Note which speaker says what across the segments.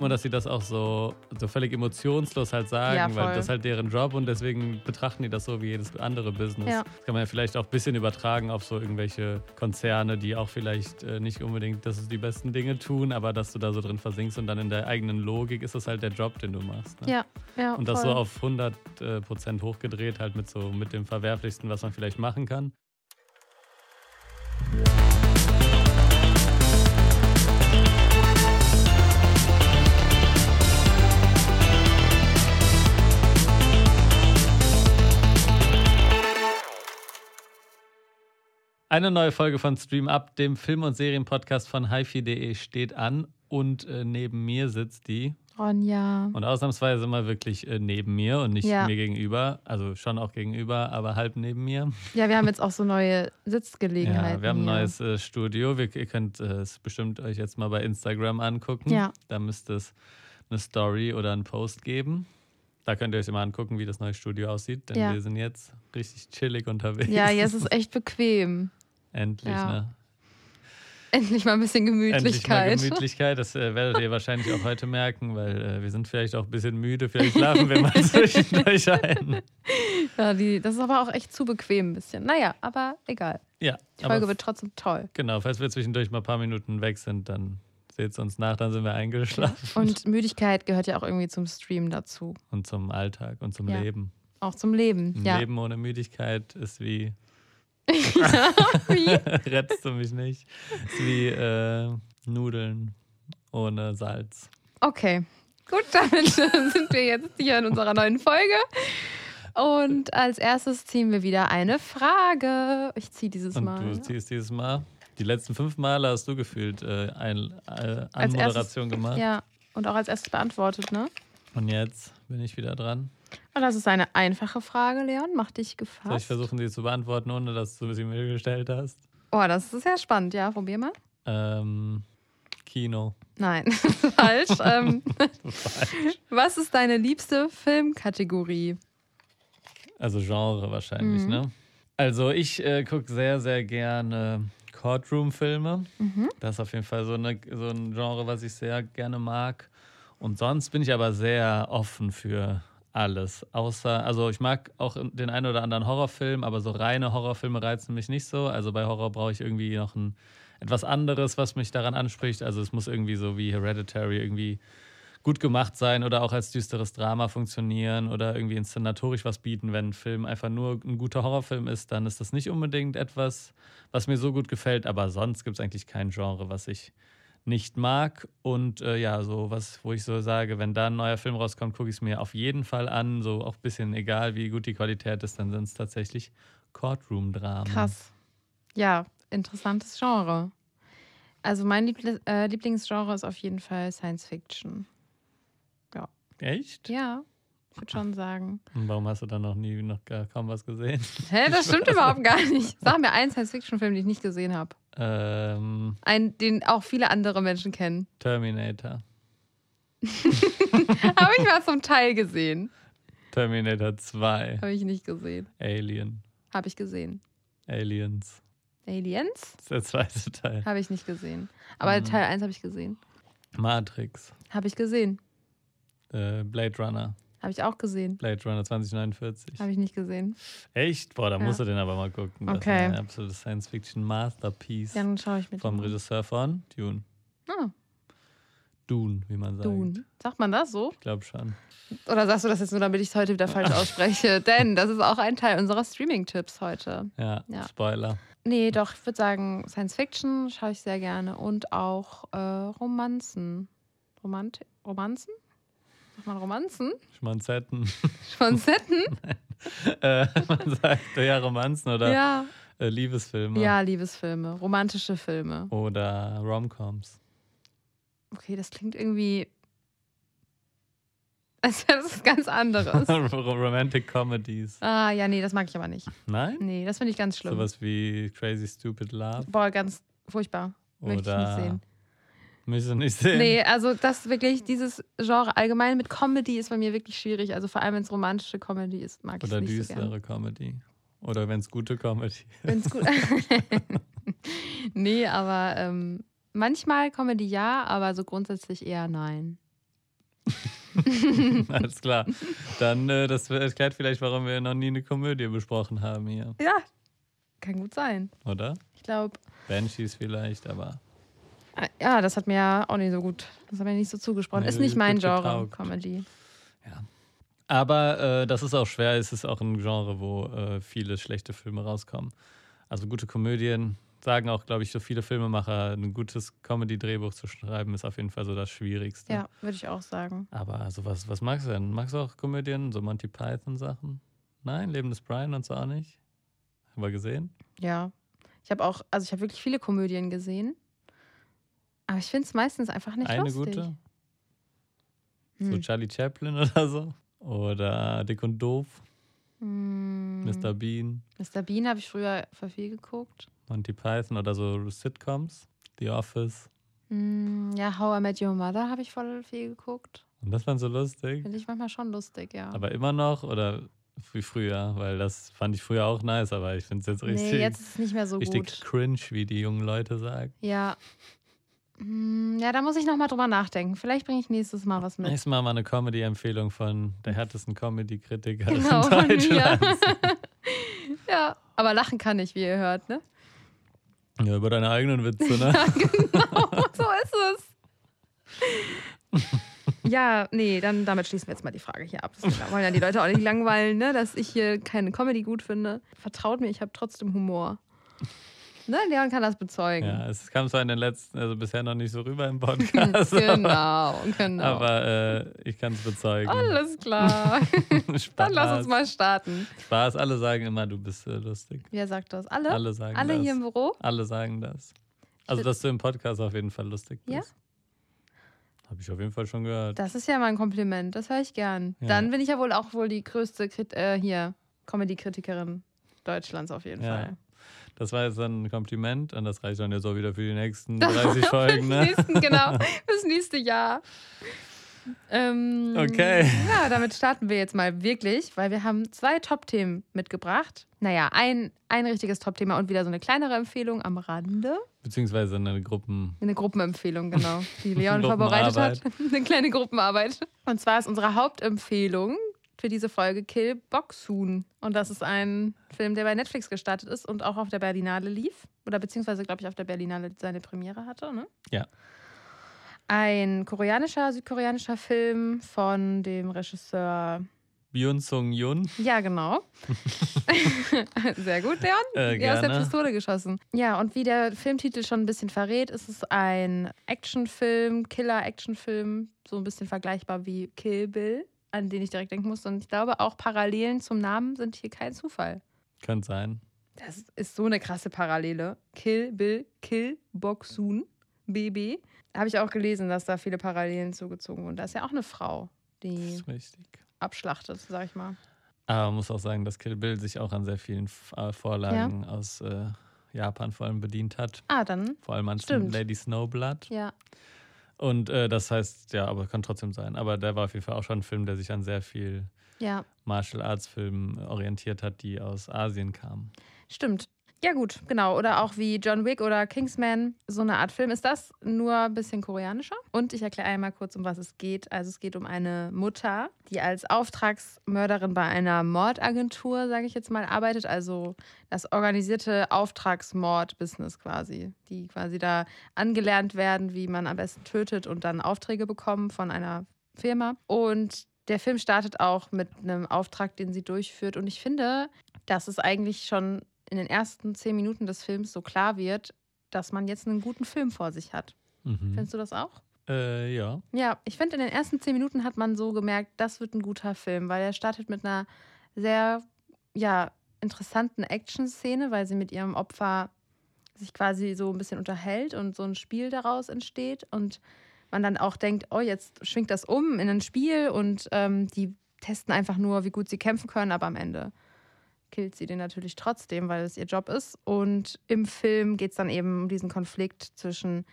Speaker 1: Und dass sie das auch so, so völlig emotionslos halt sagen,
Speaker 2: Ja, voll.
Speaker 1: weil das ist halt deren Job und deswegen betrachten die das so wie jedes andere Business.
Speaker 2: Ja.
Speaker 1: Das kann man ja vielleicht auch ein bisschen übertragen auf so irgendwelche Konzerne, die auch vielleicht äh, nicht unbedingt, dass sie die besten Dinge tun, aber dass du da so drin versinkst und dann in der eigenen Logik ist das halt der Job, den du machst. Ne?
Speaker 2: Ja, ja.
Speaker 1: Und das
Speaker 2: voll.
Speaker 1: so auf 100 äh, Prozent hochgedreht, halt mit so mit dem Verwerflichsten, was man vielleicht machen kann. Eine neue Folge von Stream Up, dem Film- und Serienpodcast von hifi.de, steht an. Und äh, neben mir sitzt die
Speaker 2: Ronja.
Speaker 1: und ausnahmsweise mal wirklich äh, neben mir und nicht
Speaker 2: Ja.
Speaker 1: mir gegenüber. Also schon auch gegenüber, aber halb neben mir.
Speaker 2: Ja, wir haben jetzt auch so neue Sitzgelegenheiten.
Speaker 1: Ja, wir haben ein
Speaker 2: hier.
Speaker 1: neues äh, Studio. Wir, ihr könnt äh, es bestimmt euch jetzt mal bei Instagram angucken.
Speaker 2: Ja.
Speaker 1: Da müsste es eine Story oder einen Post geben. Da könnt ihr euch immer angucken, wie das neue Studio aussieht, denn
Speaker 2: Ja.
Speaker 1: wir sind jetzt richtig chillig unterwegs.
Speaker 2: Ja, jetzt ist echt bequem.
Speaker 1: Endlich,
Speaker 2: Ja.
Speaker 1: ne?
Speaker 2: Endlich mal ein bisschen
Speaker 1: Endlich mal
Speaker 2: Gemütlichkeit.
Speaker 1: Gemütlichkeit. Das äh, werdet ihr wahrscheinlich auch heute merken, weil äh, wir sind vielleicht auch ein bisschen müde. Vielleicht schlafen wir mal zwischendurch ein.
Speaker 2: ja, die, das ist aber auch echt zu bequem ein bisschen. Naja, aber egal.
Speaker 1: Ja,
Speaker 2: Die Folge
Speaker 1: aber
Speaker 2: wird trotzdem toll.
Speaker 1: Genau, falls wir zwischendurch mal ein paar Minuten weg sind, dann seht es uns nach, dann sind wir eingeschlafen.
Speaker 2: Und Müdigkeit gehört ja auch irgendwie zum Stream dazu.
Speaker 1: Und zum Alltag und zum
Speaker 2: Ja.
Speaker 1: Leben.
Speaker 2: Auch zum Leben.
Speaker 1: Ein
Speaker 2: ja.
Speaker 1: Leben ohne Müdigkeit ist wie,
Speaker 2: Wie?
Speaker 1: rettest du mich nicht, ist wie äh, Nudeln ohne Salz.
Speaker 2: Okay. Gut, damit sind wir jetzt hier in unserer neuen Folge. Und als erstes ziehen wir wieder eine Frage. Ich ziehe dieses
Speaker 1: Und
Speaker 2: Mal.
Speaker 1: du ziehst dieses Mal. Die letzten fünf Male hast du gefühlt äh, ein, äh,
Speaker 2: Als erstes-
Speaker 1: Anmoderation gemacht.
Speaker 2: Ja, und auch als erstes beantwortet, ne?
Speaker 1: Und jetzt bin ich wieder dran.
Speaker 2: Und das ist eine einfache Frage, Leon. Mach dich gefasst.
Speaker 1: Soll ich versuchen, sie zu beantworten, ohne dass du sie mir gestellt hast?
Speaker 2: Oh, das ist sehr spannend. Ja, probier mal.
Speaker 1: Ähm, Kino.
Speaker 2: Nein, falsch. ähm, was ist deine liebste Filmkategorie?
Speaker 1: Also Genre wahrscheinlich,
Speaker 2: Mhm.
Speaker 1: ne? Also ich äh, gucke sehr, sehr gerne Courtroom-Filme. Das ist auf jeden Fall so, eine, so ein Genre, was ich sehr gerne mag. Und sonst bin ich aber sehr offen für alles. Außer, also ich mag auch den einen oder anderen Horrorfilm, aber so reine Horrorfilme reizen mich nicht so. Also bei Horror brauche ich irgendwie noch ein etwas anderes, was mich daran anspricht. Also es muss irgendwie so wie Hereditary irgendwie gut gemacht sein oder auch als düsteres Drama funktionieren oder irgendwie inszenatorisch was bieten. Wenn ein Film einfach nur ein guter Horrorfilm ist, dann ist das nicht unbedingt etwas, was mir so gut gefällt. Aber sonst gibt es eigentlich kein Genre, was ich nicht mag. Und äh, ja, so was, wo ich so sage, wenn da ein neuer Film rauskommt, gucke ich es mir auf jeden Fall an. So auch ein bisschen egal, wie gut die Qualität ist, dann sind es tatsächlich Courtroom-Dramen.
Speaker 2: Krass. Ja, interessantes Genre. Also mein Liebli äh, Lieblingsgenre ist auf jeden Fall Science Fiction.
Speaker 1: Echt?
Speaker 2: Ja, ich würde schon sagen.
Speaker 1: Und warum hast du da noch nie, noch gar kaum was gesehen?
Speaker 2: Hä, das stimmt überhaupt gar nicht. Sag mir einen Science-Fiction-Film, den ich nicht gesehen habe.
Speaker 1: Ähm,
Speaker 2: Einen, den auch viele andere Menschen kennen.
Speaker 1: Terminator.
Speaker 2: Habe ich mal zum Teil gesehen.
Speaker 1: Terminator 2.
Speaker 2: Habe ich nicht gesehen.
Speaker 1: Alien.
Speaker 2: Habe ich gesehen.
Speaker 1: Aliens.
Speaker 2: Aliens?
Speaker 1: Das ist der zweite Teil.
Speaker 2: Habe ich nicht gesehen. Aber
Speaker 1: Mhm.
Speaker 2: Teil 1 habe ich gesehen.
Speaker 1: Matrix.
Speaker 2: Habe ich gesehen.
Speaker 1: Äh, Blade Runner.
Speaker 2: Habe ich auch gesehen.
Speaker 1: Blade Runner 2049.
Speaker 2: Habe ich nicht gesehen.
Speaker 1: Echt? Boah, da
Speaker 2: Ja.
Speaker 1: musst du den aber mal gucken. Das
Speaker 2: Okay.
Speaker 1: ist ein absolutes Science-Fiction-Masterpiece
Speaker 2: Ja, dann schaue ich mir
Speaker 1: vom
Speaker 2: den an.
Speaker 1: Regisseur von Dune.
Speaker 2: Ah,
Speaker 1: Dune, wie man sagt.
Speaker 2: Dune. Sagt man das so?
Speaker 1: Ich glaube schon.
Speaker 2: Oder sagst du das jetzt nur, damit ich es heute wieder falsch ausspreche? Denn das ist auch ein Teil unserer Streaming-Tipps heute.
Speaker 1: Ja,
Speaker 2: Ja.
Speaker 1: Spoiler.
Speaker 2: Nee, doch, ich würde sagen, Science Fiction schaue ich sehr gerne und auch äh, Romanzen. Romant Romanzen? Sagt man Romanzen?
Speaker 1: Schmanzetten.
Speaker 2: Schwanzetten?
Speaker 1: äh, man sagt ja Romanzen oder
Speaker 2: Ja.
Speaker 1: äh, Liebesfilme.
Speaker 2: ja, Liebesfilme, romantische Filme.
Speaker 1: Oder Romcoms.
Speaker 2: Okay, das klingt irgendwie. Als wäre das was ganz anderes.
Speaker 1: Romantic Comedies.
Speaker 2: ah, ja, nee, das mag ich aber nicht.
Speaker 1: Nein?
Speaker 2: Nee, das finde ich ganz schlimm.
Speaker 1: Sowas wie Crazy Stupid Love.
Speaker 2: Boah, ganz furchtbar. Möchte ich nicht
Speaker 1: Oder-
Speaker 2: sehen.
Speaker 1: Möchtest du nicht sehen?
Speaker 2: Nee, also das wirklich, dieses Genre allgemein mit Comedy ist bei mir wirklich schwierig. Also vor allem, wenn es romantische Comedy ist, mag ich es
Speaker 1: Oder
Speaker 2: nicht so
Speaker 1: düstere
Speaker 2: gerne.
Speaker 1: Comedy. Oder wenn es gute Comedy
Speaker 2: Wenn's gut nee, aber ähm, manchmal Comedy ja, aber so grundsätzlich eher nein.
Speaker 1: Alles klar. Dann, äh, das erklärt vielleicht, warum wir noch nie eine Komödie besprochen haben hier,
Speaker 2: Ja, kann gut sein.
Speaker 1: oder?
Speaker 2: Ich glaube,
Speaker 1: Banshees vielleicht, aber
Speaker 2: Ah, ja, das hat mir ja auch nicht so gut, das hat mir nicht so zugesprochen.
Speaker 1: Nee,
Speaker 2: ist nicht
Speaker 1: gut
Speaker 2: mein Genre,
Speaker 1: getaugt.
Speaker 2: Comedy.
Speaker 1: Aber äh, das ist auch schwer. Es ist auch ein Genre, wo äh, viele schlechte Filme rauskommen. Also gute Komödien sagen auch, glaube ich, so viele Filmemacher, ein gutes Comedy-Drehbuch zu schreiben, ist auf jeden Fall so das Schwierigste.
Speaker 2: Ja, würde ich auch sagen.
Speaker 1: Aber so was, was magst du denn? Magst du auch Komödien, so Monty Python-Sachen? Nein, Leben des Brian und so auch nicht. Haben wir gesehen?
Speaker 2: Ja. Ich habe auch, also ich habe wirklich viele Komödien gesehen. Aber ich finde es meistens einfach nicht
Speaker 1: Eine
Speaker 2: lustig.
Speaker 1: gute? So
Speaker 2: Hm.
Speaker 1: Charlie Chaplin oder so? Oder Dick und Doof,
Speaker 2: Hm.
Speaker 1: Mr. Bean,
Speaker 2: Mr. Bean habe ich früher voll viel geguckt.
Speaker 1: Monty Python oder so Sitcoms, The Office.
Speaker 2: Hm, ja, How I Met Your Mother habe ich voll viel geguckt.
Speaker 1: Und das waren so lustig.
Speaker 2: Finde ich manchmal schon lustig, ja.
Speaker 1: Aber immer noch oder wie früher? Weil das fand ich früher auch nice, aber ich finde es jetzt richtig,
Speaker 2: nee, jetzt ist es nicht mehr so
Speaker 1: richtig
Speaker 2: gut.
Speaker 1: cringe, wie die jungen Leute sagen.
Speaker 2: Ja. Hm, Ja, da muss ich nochmal drüber nachdenken. Vielleicht bringe ich nächstes Mal was mit.
Speaker 1: Nächstes Mal mal eine Comedy-Empfehlung von der härtesten Comedy-Kritiker
Speaker 2: Genau,
Speaker 1: in
Speaker 2: von mir.
Speaker 1: Deutschland.
Speaker 2: Ja, aber lachen kann ich, wie ihr hört, ne?
Speaker 1: Ja, über deine eigenen Witze, ne?
Speaker 2: so ist es. ja, nee, dann damit schließen wir jetzt mal die Frage hier ab. Das wollen ja die Leute auch nicht langweilen, ne? dass ich hier keine Comedy gut finde. Vertraut mir, ich habe trotzdem Humor. Ne, Leon kann das bezeugen.
Speaker 1: ja, es kam zwar in den letzten, also bisher noch nicht so rüber im Podcast.
Speaker 2: genau, genau.
Speaker 1: Aber äh, ich kann es bezeugen.
Speaker 2: Alles klar.
Speaker 1: Spaß.
Speaker 2: Dann lass uns mal starten.
Speaker 1: Spaß. Alle sagen immer, du bist äh, lustig.
Speaker 2: Wer sagt das? Alle?
Speaker 1: Alle sagen
Speaker 2: Ne? Alle
Speaker 1: das.
Speaker 2: hier im Büro?
Speaker 1: Alle sagen das. Also, dass du im Podcast auf jeden Fall lustig
Speaker 2: Ja?
Speaker 1: bist. Habe ich auf jeden Fall schon gehört.
Speaker 2: Das ist ja mal ein Kompliment, das höre ich gern.
Speaker 1: Ja.
Speaker 2: Dann bin ich ja wohl auch wohl die größte Krit äh, hier Comedy-Kritikerin Deutschlands auf jeden
Speaker 1: Ja.
Speaker 2: Fall.
Speaker 1: Das war jetzt dann ein Kompliment und das reicht dann jetzt auch wieder für die nächsten
Speaker 2: Das
Speaker 1: 30 Folgen, ne?
Speaker 2: Nächsten, genau, bis nächste Jahr. Ähm,
Speaker 1: Okay.
Speaker 2: Ja, damit starten wir jetzt mal wirklich, weil wir haben zwei Top-Themen mitgebracht. Naja, ein, ein richtiges Top-Thema und wieder so eine kleinere Empfehlung am Rande.
Speaker 1: Beziehungsweise eine Gruppen.
Speaker 2: Eine Gruppenempfehlung, genau, die Leon vorbereitet hat. Eine kleine Gruppenarbeit. Und zwar ist unsere Hauptempfehlung für diese Folge Kill Boxhoon. Und das ist ein Film, der bei Netflix gestartet ist und auch auf der Berlinale lief. Oder beziehungsweise, glaube ich, auf der Berlinale seine Premiere hatte. Ne?
Speaker 1: Ja.
Speaker 2: Ein koreanischer, südkoreanischer Film von dem Regisseur.
Speaker 1: Byun Sung Yun.
Speaker 2: Ja, genau. Sehr gut, Leon.
Speaker 1: Äh,
Speaker 2: Ja, aus der
Speaker 1: gerne.
Speaker 2: Pistole geschossen. Ja, und wie der Filmtitel schon ein bisschen verrät, ist es ein Actionfilm, Killer-Actionfilm, so ein bisschen vergleichbar wie Kill Bill, an den ich direkt denken musste. Und ich glaube, auch Parallelen zum Namen sind hier kein Zufall.
Speaker 1: Könnte sein.
Speaker 2: Das ist so eine krasse Parallele. Kill Bill, Kill Boxun, BB. Habe ich auch gelesen, dass da viele Parallelen zugezogen wurden. Da ist ja auch eine Frau,
Speaker 1: Das
Speaker 2: die
Speaker 1: ist richtig.
Speaker 2: abschlachtet, sag ich mal.
Speaker 1: Aber man muss auch sagen, dass Kill Bill sich auch an sehr vielen F- äh, Vorlagen aus äh, Japan vor allem bedient hat.
Speaker 2: Ah, dann,
Speaker 1: Vor allem an
Speaker 2: Stimmt.
Speaker 1: Lady Snowblood.
Speaker 2: ja.
Speaker 1: Und äh, das heißt, ja, aber kann trotzdem sein. Aber der war auf jeden Fall auch schon ein Film, der sich an sehr viel
Speaker 2: Ja,
Speaker 1: Martial Arts Filmen orientiert hat, die aus Asien kamen.
Speaker 2: Stimmt. Ja, gut, genau. Oder auch wie John Wick oder Kingsman, so eine Art Film ist das, nur ein bisschen koreanischer. Und ich erkläre einmal kurz, um was es geht. Also es geht um eine Mutter, die als Auftragsmörderin bei einer Mordagentur, sage ich jetzt mal, arbeitet. Also das organisierte Auftragsmord-Business quasi, die quasi da angelernt werden, wie man am besten tötet und dann Aufträge bekommen von einer Firma. Und der Film startet auch mit einem Auftrag, den sie durchführt. Und ich finde, dass es eigentlich schon in den ersten zehn Minuten des Films so klar wird, dass man jetzt einen guten Film vor sich hat.
Speaker 1: Mhm.
Speaker 2: Findest du das auch?
Speaker 1: Äh, ja.
Speaker 2: Ja, ich finde, in den ersten zehn Minuten hat man so gemerkt, das wird ein guter Film, weil er startet mit einer sehr, ja, interessanten Action-Szene, weil sie mit ihrem Opfer sich quasi so ein bisschen unterhält und so ein Spiel daraus entsteht und man dann auch denkt, oh, jetzt schwingt das um in ein Spiel und ähm, die testen einfach nur, wie gut sie kämpfen können, aber am Ende killt sie den natürlich trotzdem, weil es ihr Job ist. Und im Film geht es dann eben um diesen Konflikt zwischen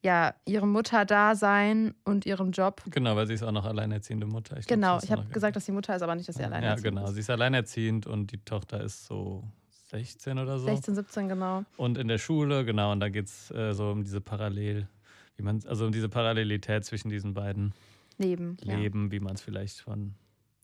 Speaker 2: ja, ihrem Mutterdasein und ihrem Job.
Speaker 1: Genau, weil sie ist auch noch alleinerziehende Mutter. Ich glaub,
Speaker 2: Genau,
Speaker 1: das hast
Speaker 2: ich
Speaker 1: du
Speaker 2: habe
Speaker 1: noch
Speaker 2: gesagt, dass sie Mutter ist, aber nicht, dass sie alleine
Speaker 1: Ja,
Speaker 2: ist.
Speaker 1: genau. Sie ist alleinerziehend und die Tochter ist so 16 oder so.
Speaker 2: 16, 17, genau.
Speaker 1: Und in der Schule, genau, und da geht es äh, so um diese Parallel, wie man, also um diese Parallelität zwischen diesen beiden
Speaker 2: Leben. Ja.
Speaker 1: Leben, wie man es vielleicht von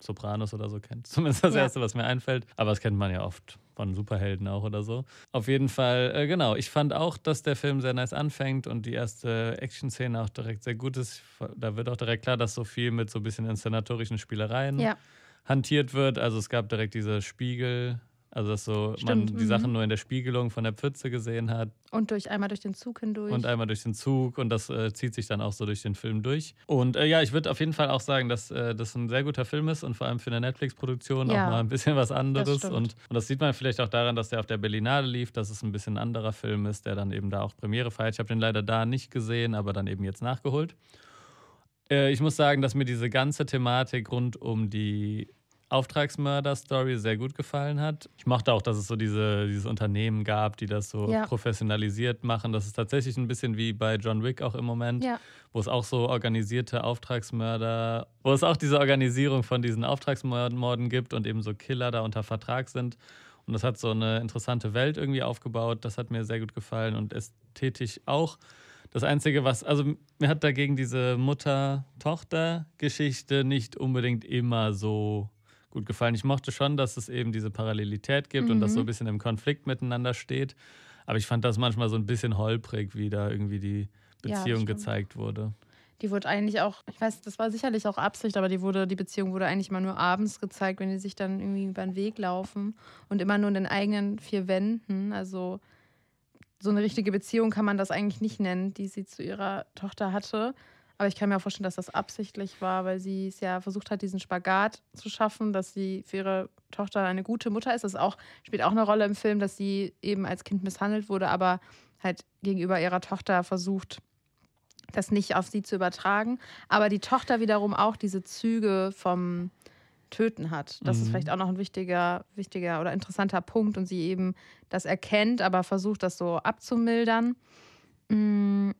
Speaker 1: Sopranos oder so kennt. Zumindest das
Speaker 2: Ja.
Speaker 1: Erste, was mir einfällt. Aber das kennt man ja oft von Superhelden auch oder so. Auf jeden Fall, äh, genau. Ich fand auch, dass der Film sehr nice anfängt und die erste Action-Szene auch direkt sehr gut ist. Da wird auch direkt klar, dass so viel mit so ein bisschen inszenatorischen Spielereien
Speaker 2: ja.
Speaker 1: hantiert wird. Also es gab direkt diese Spiegel, also dass so man
Speaker 2: Stimmt,
Speaker 1: die
Speaker 2: mhm.
Speaker 1: Sachen nur in der Spiegelung von der Pfütze gesehen hat
Speaker 2: Und durch einmal durch den Zug hindurch.
Speaker 1: und einmal durch den Zug und das äh, zieht sich dann auch so durch den Film durch. Und äh, ja, ich würde auf jeden Fall auch sagen, dass äh, das ein sehr guter Film ist und vor allem für eine Netflix-Produktion
Speaker 2: Ja.
Speaker 1: auch mal ein bisschen was anderes.
Speaker 2: stimmt.
Speaker 1: Und, und das sieht man vielleicht auch daran, dass der auf der Berlinale lief, dass es ein bisschen anderer Film ist, der dann eben da auch Premiere feiert. Ich habe den leider da nicht gesehen, aber dann eben jetzt nachgeholt. Äh, ich muss sagen, dass mir diese ganze Thematik rund um die Auftragsmörder-Story sehr gut gefallen hat. Ich mochte auch, dass es so diese, dieses Unternehmen gab, die das so
Speaker 2: Ja.
Speaker 1: professionalisiert machen. Das ist tatsächlich ein bisschen wie bei John Wick auch im Moment,
Speaker 2: ja.
Speaker 1: wo es auch so organisierte Auftragsmörder, wo es auch diese Organisierung von diesen Auftragsmorden gibt und eben so Killer da unter Vertrag sind. Und das hat so eine interessante Welt irgendwie aufgebaut. Das hat mir sehr gut gefallen und ästhetisch auch. Das Einzige, was, also mir hat dagegen diese Mutter-Tochter-Geschichte nicht unbedingt immer so gut gefallen. Ich mochte schon, dass es eben diese Parallelität gibt und das
Speaker 2: Mhm.
Speaker 1: so ein bisschen im Konflikt miteinander steht. Aber ich fand das manchmal so ein bisschen holprig, wie da irgendwie die
Speaker 2: Ja, das
Speaker 1: Beziehung
Speaker 2: stimmt.
Speaker 1: gezeigt wurde.
Speaker 2: Die wurde eigentlich auch, ich weiß, das war sicherlich auch Absicht, aber die wurde, die Beziehung wurde eigentlich immer nur abends gezeigt, wenn die sich dann irgendwie über den Weg laufen und immer nur in den eigenen vier Wänden. Also so eine richtige Beziehung kann man das eigentlich nicht nennen, die sie zu ihrer Tochter hatte. Aber ich kann mir auch vorstellen, dass das absichtlich war, weil sie es ja versucht hat, diesen Spagat zu schaffen, dass sie für ihre Tochter eine gute Mutter ist. Das ist auch, spielt auch eine Rolle im Film, dass sie eben als Kind misshandelt wurde, aber halt gegenüber ihrer Tochter versucht, das nicht auf sie zu übertragen. Aber die Tochter wiederum auch diese Züge vom Töten hat. Das ist
Speaker 1: Mhm.
Speaker 2: vielleicht auch noch ein wichtiger, wichtiger oder interessanter Punkt und sie eben das erkennt, aber versucht, das so abzumildern. Mm,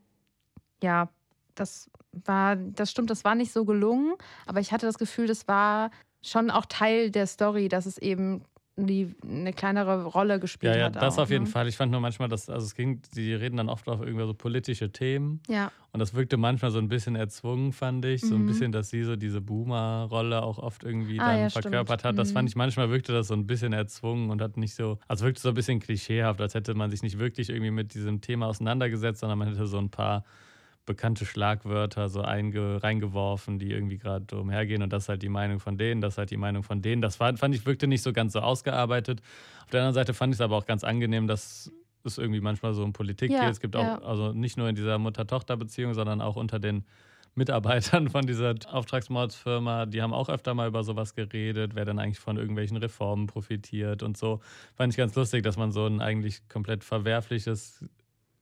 Speaker 2: ja, das war, das stimmt, das war nicht so gelungen, aber ich hatte das Gefühl, das war schon auch Teil der Story, dass es eben die, eine kleinere Rolle gespielt
Speaker 1: Ja, ja,
Speaker 2: hat.
Speaker 1: das
Speaker 2: auch,
Speaker 1: auf jeden
Speaker 2: ne?
Speaker 1: Fall. Ich fand nur manchmal, dass, also es ging, die reden dann oft auf irgendwie so politische Themen
Speaker 2: Ja,
Speaker 1: und das wirkte manchmal so ein bisschen erzwungen, fand ich. So ein
Speaker 2: Mhm.
Speaker 1: bisschen, dass sie so diese Boomer-Rolle auch oft irgendwie
Speaker 2: Ah,
Speaker 1: dann
Speaker 2: ja,
Speaker 1: verkörpert
Speaker 2: stimmt.
Speaker 1: hat. Das
Speaker 2: Mhm.
Speaker 1: fand ich manchmal wirkte das so ein bisschen erzwungen und hat nicht so, also wirkte so ein bisschen klischeehaft, als hätte man sich nicht wirklich irgendwie mit diesem Thema auseinandergesetzt, sondern man hätte so ein paar bekannte Schlagwörter so einge, reingeworfen, die irgendwie gerade umhergehen und das ist halt die Meinung von denen, das ist halt die Meinung von denen. Das war, fand ich, wirkte nicht so ganz so ausgearbeitet. Auf der anderen Seite fand ich es aber auch ganz angenehm, dass es irgendwie manchmal so um Politik
Speaker 2: Ja,
Speaker 1: geht. Es gibt auch,
Speaker 2: ja.
Speaker 1: also nicht nur in dieser Mutter-Tochter-Beziehung, sondern auch unter den Mitarbeitern von dieser Auftragsmordsfirma, die haben auch öfter mal über sowas geredet, wer dann eigentlich von irgendwelchen Reformen profitiert und so. Fand ich ganz lustig, dass man so ein eigentlich komplett verwerfliches